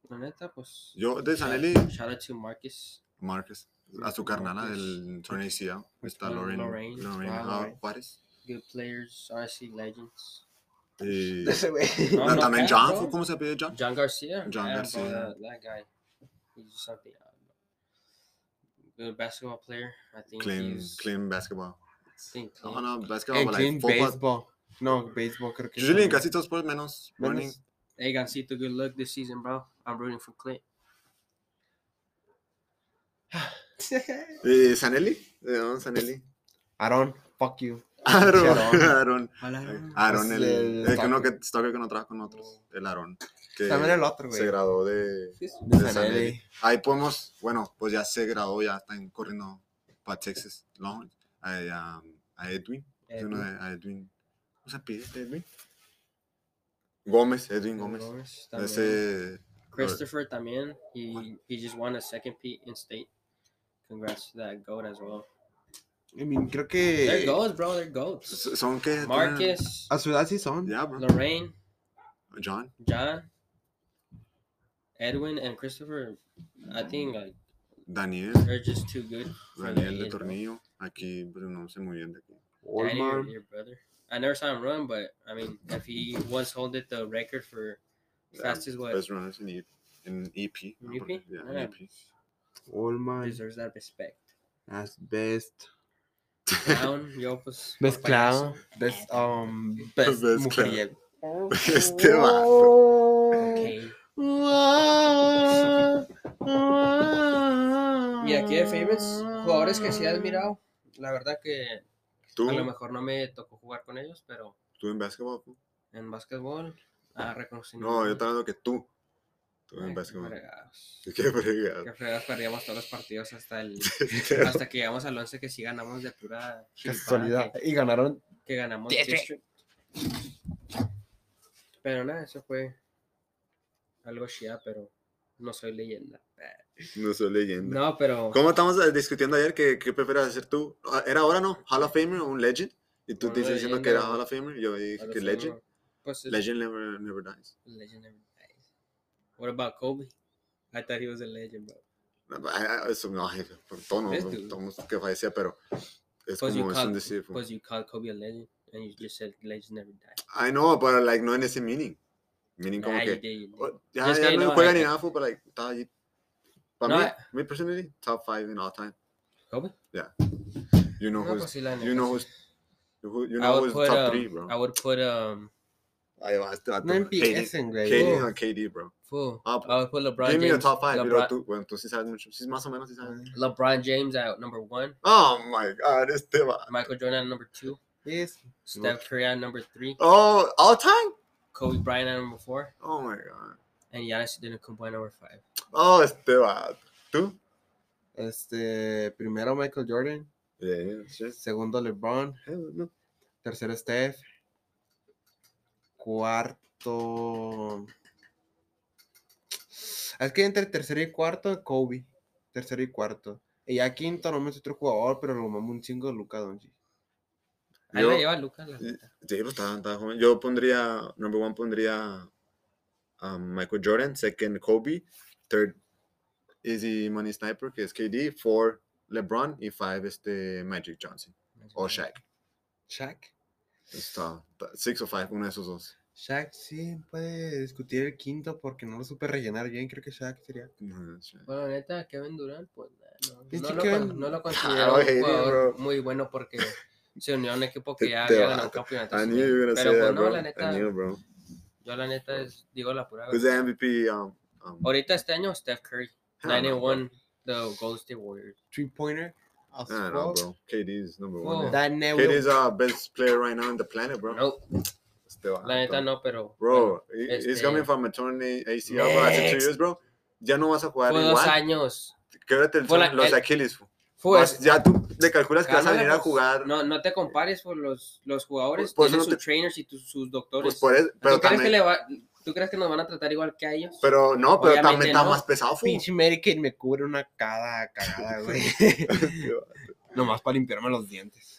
[SPEAKER 3] La neta, pues.
[SPEAKER 2] Yo, de Sanelli,
[SPEAKER 3] shout- Shout out to Marcus.
[SPEAKER 2] Márquez. A su carnala
[SPEAKER 3] Márquez.
[SPEAKER 2] del torneo ICA. Está
[SPEAKER 3] Bueno,
[SPEAKER 2] Lorraine,
[SPEAKER 3] Lorraine.
[SPEAKER 2] Lorraine,
[SPEAKER 1] Ah,
[SPEAKER 2] ah,
[SPEAKER 1] Lorraine.
[SPEAKER 2] Juárez.
[SPEAKER 3] Good players, RC Legends.
[SPEAKER 2] Y
[SPEAKER 1] Ese güey.
[SPEAKER 3] No,
[SPEAKER 2] Ah,
[SPEAKER 3] no
[SPEAKER 2] también
[SPEAKER 3] creo,
[SPEAKER 2] John,
[SPEAKER 3] bro.
[SPEAKER 2] ¿cómo se pide John?
[SPEAKER 3] John Garcia. yeah,
[SPEAKER 2] John
[SPEAKER 3] bro,
[SPEAKER 2] Garcia.
[SPEAKER 3] That, that guy. He's something. uh, Good basketball player. I think
[SPEAKER 2] Clean,
[SPEAKER 3] he's.
[SPEAKER 2] clean basketball.
[SPEAKER 3] I think clean.
[SPEAKER 2] No, no, basketball,
[SPEAKER 1] En
[SPEAKER 2] but
[SPEAKER 1] clean
[SPEAKER 2] like football.
[SPEAKER 1] béisbol. No, béisbol creo que
[SPEAKER 2] Usually in
[SPEAKER 1] también.
[SPEAKER 2] casi todos sports menos
[SPEAKER 1] Menos-
[SPEAKER 2] running.
[SPEAKER 3] Hey, Gancito, good luck this season, bro. I'm rooting for Clint.
[SPEAKER 2] ¿Y Eh, Sanelli? ¿De dónde Sanelli?
[SPEAKER 1] Aaron, fuck you.
[SPEAKER 2] Aaron,
[SPEAKER 1] Aaron.
[SPEAKER 2] Aaron. Aaron,
[SPEAKER 1] Es
[SPEAKER 2] el,
[SPEAKER 1] el
[SPEAKER 2] el que no
[SPEAKER 1] stalker.
[SPEAKER 2] que stalker que no trabaja con otros. El Aaron. Que
[SPEAKER 1] También el otro, güey.
[SPEAKER 2] se graduó de,
[SPEAKER 1] De
[SPEAKER 2] de
[SPEAKER 1] Sanelli.
[SPEAKER 2] Sanelli. Ahí podemos, bueno, pues ya se graduó, ya están corriendo para Texas Longhorns. Ahí, um, A, Edwin. hay uno de- a Edwin. ¿Cómo se pide este Edwin? Gómez, Edwin Gómez.
[SPEAKER 3] también.
[SPEAKER 2] Ese.
[SPEAKER 3] Christopher también. He he just won a second P in state. Congrats to that goat as well.
[SPEAKER 1] I mean, creo
[SPEAKER 3] They're
[SPEAKER 1] que
[SPEAKER 3] goats, bro. They're goats.
[SPEAKER 2] s- ¿Son qué?
[SPEAKER 3] Marcus,
[SPEAKER 1] a su edad sí son.
[SPEAKER 2] Ya, bro.
[SPEAKER 3] Lorraine,
[SPEAKER 2] John.
[SPEAKER 3] John, Edwin, and Christopher. I think like
[SPEAKER 2] Daniel.
[SPEAKER 3] they're just too good. for their
[SPEAKER 2] Daniel de
[SPEAKER 3] age, bro.
[SPEAKER 2] Tornillo. Aquí, pues no sé muy bien de aquí.
[SPEAKER 3] Danny, your,
[SPEAKER 1] Oldman.
[SPEAKER 3] your brother. I never saw him run, but I mean, if he once holded the record for fastest what
[SPEAKER 2] Best runners in, E- in EP.
[SPEAKER 3] in UP,
[SPEAKER 2] Yeah, in
[SPEAKER 3] yeah,
[SPEAKER 2] EP.
[SPEAKER 1] Oldman.
[SPEAKER 3] deserves that respect.
[SPEAKER 1] As best.
[SPEAKER 3] Clown, yo pues.
[SPEAKER 1] Best
[SPEAKER 3] papayazo.
[SPEAKER 1] clown. Best, um, best,
[SPEAKER 2] Best
[SPEAKER 1] mujeriego.
[SPEAKER 2] Este vato.
[SPEAKER 3] Okay. Y
[SPEAKER 1] Y
[SPEAKER 3] aquí de famous jugadores que sí he admirado. La verdad que
[SPEAKER 2] ¿Tú,
[SPEAKER 3] a lo mejor Mm. no me tocó jugar con ellos, pero
[SPEAKER 2] ¿Tú en básquetbol? pu?
[SPEAKER 3] en básquetbol a reconocimiento.
[SPEAKER 2] No, yo estaba hablando que tú. Tú
[SPEAKER 3] Ay,
[SPEAKER 2] en
[SPEAKER 3] qué
[SPEAKER 2] básquetbol.
[SPEAKER 3] fregados.
[SPEAKER 2] Qué fregado.
[SPEAKER 3] Qué fregados, perdíamos todos los partidos hasta el
[SPEAKER 2] Este vato.
[SPEAKER 3] hasta que llegamos al 11 que sí ganamos de pura chiripada,
[SPEAKER 1] Casualidad.
[SPEAKER 3] que,
[SPEAKER 1] Y ganaron.
[SPEAKER 3] que ganamos
[SPEAKER 1] District.
[SPEAKER 3] district. Pero nada, eso fue algo shia, pero no soy leyenda.
[SPEAKER 2] No soy leyenda.
[SPEAKER 3] No, pero
[SPEAKER 2] ¿Cómo estamos eh, discutiendo ayer que qué prefieres hacer tú? Ah, ¿Era ahora no? ¿Hall of Famer o un Legend? Y tú
[SPEAKER 3] Una
[SPEAKER 2] dices diciendo que
[SPEAKER 3] leyenda,
[SPEAKER 2] era
[SPEAKER 3] ¿no?
[SPEAKER 2] Hall of Famer. Yo
[SPEAKER 3] a
[SPEAKER 2] dije
[SPEAKER 3] lo
[SPEAKER 2] que
[SPEAKER 3] mejor
[SPEAKER 2] Legend.
[SPEAKER 3] no. Pues es-
[SPEAKER 2] Legend never, never dies.
[SPEAKER 3] Legend never dies. What about Kobe? I thought he was a legend, bro.
[SPEAKER 2] Ah, ah, Eso no, ay, por todo no,
[SPEAKER 3] This
[SPEAKER 2] no,
[SPEAKER 3] dude.
[SPEAKER 2] todos que fallecía, pero es
[SPEAKER 3] Because Pues, you
[SPEAKER 2] como es un
[SPEAKER 3] called,
[SPEAKER 2] decir. pues, pu.
[SPEAKER 3] because you called Kobe a legend, and you just said legends never die.
[SPEAKER 2] I know, but like no en ese meaning. Meaning como
[SPEAKER 3] Nah, you
[SPEAKER 2] que
[SPEAKER 3] did, you did.
[SPEAKER 2] oh, ya,
[SPEAKER 3] Just
[SPEAKER 2] ya
[SPEAKER 3] que
[SPEAKER 2] no
[SPEAKER 3] no,
[SPEAKER 2] juega
[SPEAKER 3] I-
[SPEAKER 2] ni nada, fu, pero like estaba allí. Para
[SPEAKER 3] No,
[SPEAKER 2] mí,
[SPEAKER 3] I-
[SPEAKER 2] mi personality, top five in all time.
[SPEAKER 3] Kobe?
[SPEAKER 2] You know
[SPEAKER 3] No,
[SPEAKER 2] who's,
[SPEAKER 3] pues sí, la
[SPEAKER 2] you
[SPEAKER 3] neta,
[SPEAKER 2] know
[SPEAKER 3] sí.
[SPEAKER 2] who's, who- you
[SPEAKER 3] I
[SPEAKER 2] know
[SPEAKER 3] would
[SPEAKER 2] who's
[SPEAKER 3] put,
[SPEAKER 2] top
[SPEAKER 3] um,
[SPEAKER 2] three, bro.
[SPEAKER 3] I would put um
[SPEAKER 2] Ahí va, este vato,
[SPEAKER 1] No empiecen, güey.
[SPEAKER 2] KD
[SPEAKER 3] Oh.
[SPEAKER 2] on KD, bro.
[SPEAKER 3] fool.
[SPEAKER 2] Ah,
[SPEAKER 3] I would put Oh, LeBron
[SPEAKER 2] Give me
[SPEAKER 3] James.
[SPEAKER 2] your top five, pero
[SPEAKER 3] LeBron, Mm-hmm.
[SPEAKER 2] tú, bueno, tú sí sabes mucho, sí, más o menos sí sabes.
[SPEAKER 3] LeBron James at number one.
[SPEAKER 2] Oh my God, este va.
[SPEAKER 3] Michael Jordan at number two.
[SPEAKER 1] Es
[SPEAKER 3] Steph Curry at number three.
[SPEAKER 2] Oh, all time?
[SPEAKER 3] Kobe Bryant at number four.
[SPEAKER 2] Oh my God.
[SPEAKER 3] And Giannis Antetokounmpo at number five.
[SPEAKER 2] Oh, este va. ¿Tú?
[SPEAKER 1] este primero Michael Jordan,
[SPEAKER 2] Yeah, sí.
[SPEAKER 1] segundo LeBron,
[SPEAKER 2] Hell no.
[SPEAKER 1] tercero Steph, cuarto. Es que entre tercero y cuarto, Kobe. Tercero y cuarto. Y ya quinto, no me sé otro jugador, pero lo mamo un chingo Luca Doncic.
[SPEAKER 3] Ahí
[SPEAKER 2] Yo- eh,
[SPEAKER 3] la lleva Lucas. La
[SPEAKER 2] Sí,
[SPEAKER 3] neta.
[SPEAKER 2] pues estaba, estaba joven. Yo pondría, number one pondría a Michael Jordan, second Kobe, third Easy Money Sniper, que es KD, four LeBron y five este Magic Johnson o oh, Shaq.
[SPEAKER 1] Shaq.
[SPEAKER 2] Está, está- six o five, uno de esos dos.
[SPEAKER 1] Shaq sí puede discutir el quinto porque no lo supe rellenar bien. Creo que Shaq sería.
[SPEAKER 2] Ujú, Shaq.
[SPEAKER 3] Bueno, neta, Kevin Durant, pues no, no,
[SPEAKER 1] Pinche
[SPEAKER 3] lo,
[SPEAKER 1] Kevin.
[SPEAKER 3] con- no lo considero
[SPEAKER 2] I hate
[SPEAKER 3] un
[SPEAKER 2] it,
[SPEAKER 3] jugador
[SPEAKER 2] bro.
[SPEAKER 3] muy bueno porque se unió a un equipo
[SPEAKER 2] Te-
[SPEAKER 3] que ya
[SPEAKER 2] te
[SPEAKER 3] había ganado
[SPEAKER 2] vas.
[SPEAKER 3] campeonato.
[SPEAKER 2] I
[SPEAKER 3] sí,
[SPEAKER 2] knew you were gonna
[SPEAKER 3] Pero
[SPEAKER 2] say
[SPEAKER 3] pues
[SPEAKER 2] that,
[SPEAKER 3] no,
[SPEAKER 2] bro.
[SPEAKER 3] la
[SPEAKER 2] I
[SPEAKER 3] neta,
[SPEAKER 2] knew, bro.
[SPEAKER 3] yo la neta es- digo la pura
[SPEAKER 2] Who's the MVP? Um, um,
[SPEAKER 3] Ahorita este año Steph Curry,
[SPEAKER 2] hell Ah, no,
[SPEAKER 3] 91 the Golden State Warriors.
[SPEAKER 1] Three pointer. as
[SPEAKER 2] bro. I don't know,
[SPEAKER 1] fuck.
[SPEAKER 2] bro. KD is number
[SPEAKER 3] Whoa.
[SPEAKER 2] one. eh.
[SPEAKER 1] That never.
[SPEAKER 2] KD is our best player right now on the planet, bro.
[SPEAKER 3] No,
[SPEAKER 2] Este
[SPEAKER 3] la neta
[SPEAKER 2] vato.
[SPEAKER 3] no, pero
[SPEAKER 2] Bro, he- he's
[SPEAKER 3] este-
[SPEAKER 2] coming from a torn A- ACL bro, after two
[SPEAKER 3] Next.
[SPEAKER 2] years, bro. ya no vas a jugar
[SPEAKER 3] Fue dos
[SPEAKER 2] igual.
[SPEAKER 3] años.
[SPEAKER 2] Québrate el
[SPEAKER 3] Fue la- pues,
[SPEAKER 2] tron- los
[SPEAKER 3] el-
[SPEAKER 2] Aquiles. fu.
[SPEAKER 3] Fue,
[SPEAKER 2] Vas- ya tú le calculas que vas a
[SPEAKER 3] Gánale,
[SPEAKER 2] venir a
[SPEAKER 3] pues.
[SPEAKER 2] jugar.
[SPEAKER 3] No, no te compares por los, los jugadores,
[SPEAKER 2] Por- por eso
[SPEAKER 3] tienen
[SPEAKER 2] no
[SPEAKER 3] sus trainers y tus- sus doctores.
[SPEAKER 2] pues por eso- pero
[SPEAKER 3] ¿Tú, crees que
[SPEAKER 2] también.
[SPEAKER 3] le va- ¿Tú crees que nos van a tratar igual que a ellos?
[SPEAKER 2] Pero no, pero
[SPEAKER 3] Obviamente
[SPEAKER 2] también está
[SPEAKER 3] no.
[SPEAKER 2] más pesado. fu.
[SPEAKER 1] Pinche Medicaid me cubre una cada cagada, güey. Nomás para limpiarme los dientes.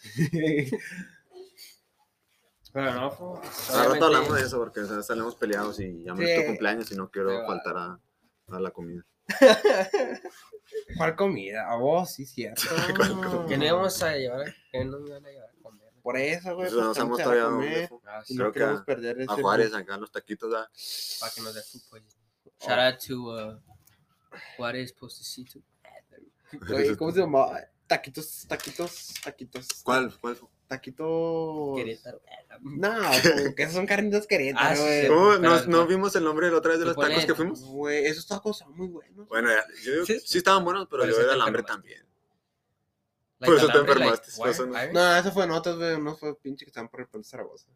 [SPEAKER 3] Pero no, fue-
[SPEAKER 2] Al rato
[SPEAKER 3] obviamente-
[SPEAKER 2] hablamos de eso porque o sea, salimos peleados y ya me
[SPEAKER 1] Sí.
[SPEAKER 2] es tu cumpleaños y no
[SPEAKER 3] Sí,
[SPEAKER 2] quiero
[SPEAKER 3] va.
[SPEAKER 2] faltar a, a la comida.
[SPEAKER 1] ¿Cuál comida? A vos, sí, cierto.
[SPEAKER 3] ¿Qué nos íbamos a llevar? ¿Qué nos iban a llevar a comer?
[SPEAKER 1] Por eso, güey.
[SPEAKER 2] Entonces nos
[SPEAKER 1] pues, ahorita
[SPEAKER 2] hemos
[SPEAKER 1] va
[SPEAKER 2] traído
[SPEAKER 1] a
[SPEAKER 2] a un
[SPEAKER 1] comer.
[SPEAKER 2] viejo,
[SPEAKER 3] Ah,
[SPEAKER 1] Y
[SPEAKER 3] sí,
[SPEAKER 1] no
[SPEAKER 2] Creo que
[SPEAKER 1] queremos
[SPEAKER 2] a-
[SPEAKER 1] perder
[SPEAKER 2] a
[SPEAKER 1] ese
[SPEAKER 2] Juárez, acá los taquitos. ah. ¿verdad?
[SPEAKER 3] para que nos dé su pollo. Shout out to uh, Juárez Postecito.
[SPEAKER 1] Güey, ¿Cómo se llamaba? Taquitos, taquitos, taquitos.
[SPEAKER 2] ¿Cuál? ¿Cuál? fu? Pues,
[SPEAKER 1] Taquitos.
[SPEAKER 3] Querétaro.
[SPEAKER 1] No, como que esos son carnitas
[SPEAKER 3] Ah,
[SPEAKER 1] querétaros,
[SPEAKER 3] sí,
[SPEAKER 1] güey.
[SPEAKER 3] sí.
[SPEAKER 2] ¿Cómo?
[SPEAKER 3] pero-
[SPEAKER 2] ¿No, no vimos el nombre de la otra vez de
[SPEAKER 3] Tú
[SPEAKER 2] los tacos
[SPEAKER 3] ponle-
[SPEAKER 2] que fuimos?
[SPEAKER 1] Güey, esos tacos son muy buenos.
[SPEAKER 2] Bueno, ya- yo digo que
[SPEAKER 3] Sí.
[SPEAKER 2] sí estaban buenos, pero
[SPEAKER 3] Por
[SPEAKER 2] yo
[SPEAKER 3] eso
[SPEAKER 2] era
[SPEAKER 3] te
[SPEAKER 2] el hambre
[SPEAKER 3] enfermaste.
[SPEAKER 2] también. Por eso te enfermaste, por eso no-
[SPEAKER 3] why?
[SPEAKER 1] No, eso fue en otros, güey. No fue pinche que estaban por el pueblo de Zaragoza.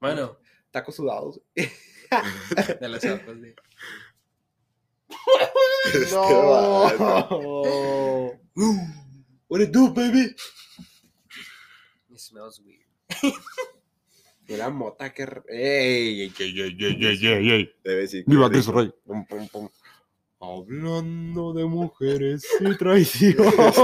[SPEAKER 3] Bueno,
[SPEAKER 1] Tacos sudados.
[SPEAKER 3] de los ojos de...
[SPEAKER 2] Este
[SPEAKER 1] no. What it do, baby?
[SPEAKER 3] It smells weird.
[SPEAKER 1] Era mota que. r- ¡Ey! ey, ey, ey, ey, ey, ey, ey.
[SPEAKER 2] Debe decir.
[SPEAKER 1] ¡Viva
[SPEAKER 2] que
[SPEAKER 1] Cristo Rey! Pum, pum, pum. Hablando de mujeres y
[SPEAKER 2] este
[SPEAKER 1] traiciones.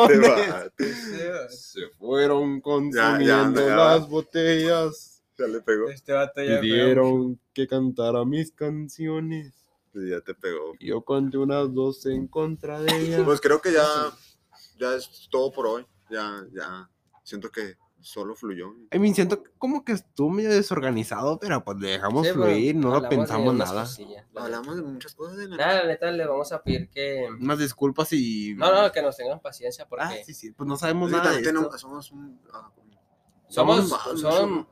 [SPEAKER 1] Se fueron consumiendo
[SPEAKER 2] ya anda, ya va.
[SPEAKER 1] las botellas.
[SPEAKER 2] Ya le pegó.
[SPEAKER 3] Este vato ya...
[SPEAKER 1] Pidieron que cantara mis canciones.
[SPEAKER 2] Sí, ya te pegó.
[SPEAKER 1] y Yo canté unas dos en contra de ellas.
[SPEAKER 2] Pues creo que ya, ya es todo por hoy. Ya, ya. Siento que solo fluyó.
[SPEAKER 1] I mean, siento que como que estuvo medio desorganizado, pero pues le dejamos
[SPEAKER 3] Sí, pero
[SPEAKER 1] fluir, no lo
[SPEAKER 3] hablamos de
[SPEAKER 1] pensamos
[SPEAKER 3] unas
[SPEAKER 1] nada.
[SPEAKER 3] cosillas, la neta.
[SPEAKER 2] Hablamos de muchas cosas de la
[SPEAKER 3] Nada, la neta, le vamos a pedir que...
[SPEAKER 1] Unas disculpas y.
[SPEAKER 3] No, no, que nos tengan paciencia porque
[SPEAKER 1] Ah, sí, sí, pues no sabemos
[SPEAKER 2] Es que
[SPEAKER 1] nada. de
[SPEAKER 2] también tenemos-
[SPEAKER 1] esto.
[SPEAKER 2] somos un- ah,
[SPEAKER 3] somos...
[SPEAKER 2] somos-
[SPEAKER 3] son-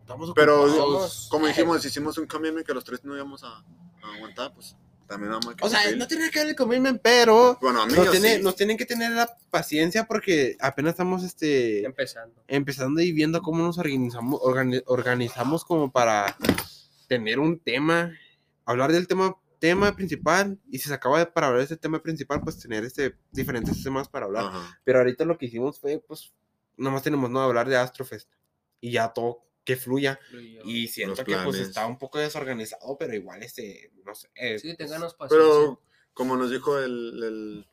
[SPEAKER 1] Estamos
[SPEAKER 2] Pero
[SPEAKER 1] ocupados.
[SPEAKER 3] Somos- eh,
[SPEAKER 2] como dijimos, hicimos un commitment que los tres no íbamos a, a aguantar, pues también vamos a
[SPEAKER 1] O sea,
[SPEAKER 2] cumplir.
[SPEAKER 1] no tiene nada que ver el commitment, pero.
[SPEAKER 2] Bueno, a mí
[SPEAKER 1] Nos,
[SPEAKER 2] yo
[SPEAKER 1] tiene-
[SPEAKER 2] sí.
[SPEAKER 1] nos tienen que tener la paciencia porque apenas estamos este
[SPEAKER 3] Empezando.
[SPEAKER 1] empezando y viendo cómo nos organizamos, organi- organizamos como para tener un tema, hablar del tema, tema principal y si se acaba de para hablar de ese tema principal, pues tener este diferentes temas para hablar.
[SPEAKER 2] Ajá.
[SPEAKER 1] Pero ahorita lo que hicimos fue, pues, nomás tenemos no hablar de Astrofest y ya todo que fluya. Y siento
[SPEAKER 2] Los
[SPEAKER 1] que pues
[SPEAKER 2] planes.
[SPEAKER 1] está un poco desorganizado, pero igual este, no sé. eh,
[SPEAKER 3] Sí, ténganos paciencia.
[SPEAKER 2] Pero como nos dijo el, el-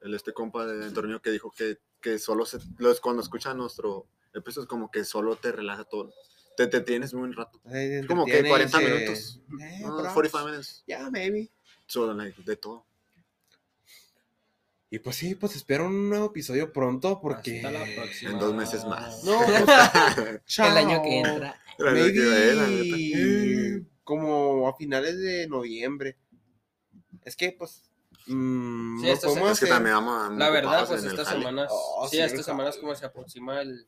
[SPEAKER 2] el este compa de Antonio que dijo que, que solo se, los, cuando escuchan nuestro episodio es como que solo te relaja todo. Te, te tienes muy un rato.
[SPEAKER 1] eh,
[SPEAKER 2] como que
[SPEAKER 1] entretienes,
[SPEAKER 2] 40
[SPEAKER 1] eh,
[SPEAKER 2] minutos.
[SPEAKER 1] eh,
[SPEAKER 2] No,
[SPEAKER 1] bro,
[SPEAKER 2] 45 minutes.
[SPEAKER 1] Ya, maybe.
[SPEAKER 2] So, like, de todo.
[SPEAKER 1] Y pues sí, pues espero un nuevo episodio pronto porque...
[SPEAKER 3] Hasta la próxima.
[SPEAKER 2] En dos meses más.
[SPEAKER 1] No,
[SPEAKER 3] El año que entra.
[SPEAKER 2] La neta que ve, la neta.
[SPEAKER 1] Maybe como a finales de noviembre. Es que, pues. mm,
[SPEAKER 3] Sí,
[SPEAKER 1] lo
[SPEAKER 3] esto se-
[SPEAKER 1] podemos
[SPEAKER 2] Es que
[SPEAKER 1] hacer.
[SPEAKER 2] también vamos
[SPEAKER 3] La verdad,
[SPEAKER 2] ocupados
[SPEAKER 3] pues
[SPEAKER 2] en el
[SPEAKER 3] estas
[SPEAKER 2] jale.
[SPEAKER 3] semanas,
[SPEAKER 1] Oh,
[SPEAKER 3] sí,
[SPEAKER 1] sí, el
[SPEAKER 3] estas semanas
[SPEAKER 1] jale.
[SPEAKER 3] como se aproxima el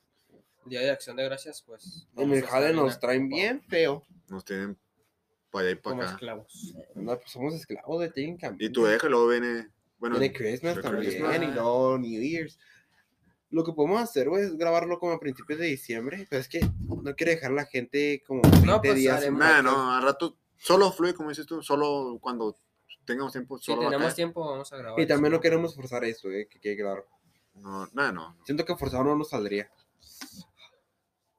[SPEAKER 3] Día de Acción de Gracias, pues...
[SPEAKER 1] En
[SPEAKER 3] vamos
[SPEAKER 1] el
[SPEAKER 3] a
[SPEAKER 1] jale
[SPEAKER 3] estar
[SPEAKER 1] nos traen
[SPEAKER 3] ocupados
[SPEAKER 1] bien feo.
[SPEAKER 2] Nos tienen para allá y
[SPEAKER 3] Como
[SPEAKER 2] para acá.
[SPEAKER 3] esclavos.
[SPEAKER 1] No, pues somos esclavos de técnicamente.
[SPEAKER 2] Y tu deja luego viene. Bueno,
[SPEAKER 1] Tiene Christmas
[SPEAKER 2] de
[SPEAKER 1] también
[SPEAKER 2] Christmas.
[SPEAKER 1] y luego New Year's. Lo que podemos hacer, güey, es grabarlo como a principios de diciembre. Pero es que no quiero dejar a la gente como 20
[SPEAKER 3] pues,
[SPEAKER 1] días.
[SPEAKER 3] haremos-
[SPEAKER 1] sin
[SPEAKER 2] nada,
[SPEAKER 1] podcast.
[SPEAKER 2] no, al rato solo fluye, como dices tú, solo cuando tengamos tiempo,
[SPEAKER 3] Si
[SPEAKER 2] solo va a
[SPEAKER 3] tenemos
[SPEAKER 2] caer.
[SPEAKER 3] tiempo, vamos a grabar.
[SPEAKER 1] Y también no queremos forzar esto, eh, que quede claro.
[SPEAKER 2] No, nada, no.
[SPEAKER 1] Siento que forzado no nos saldría.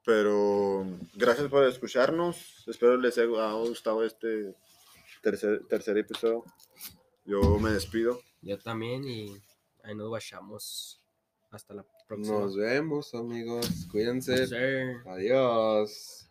[SPEAKER 2] Pero gracias por escucharnos. Espero les haya gustado este tercer, tercer episodio. Yo me despido.
[SPEAKER 3] Yo también y ahí nos vayamos. Hasta la próxima.
[SPEAKER 1] Nos vemos, amigos. Cuídense.
[SPEAKER 3] Sir.
[SPEAKER 1] Adiós.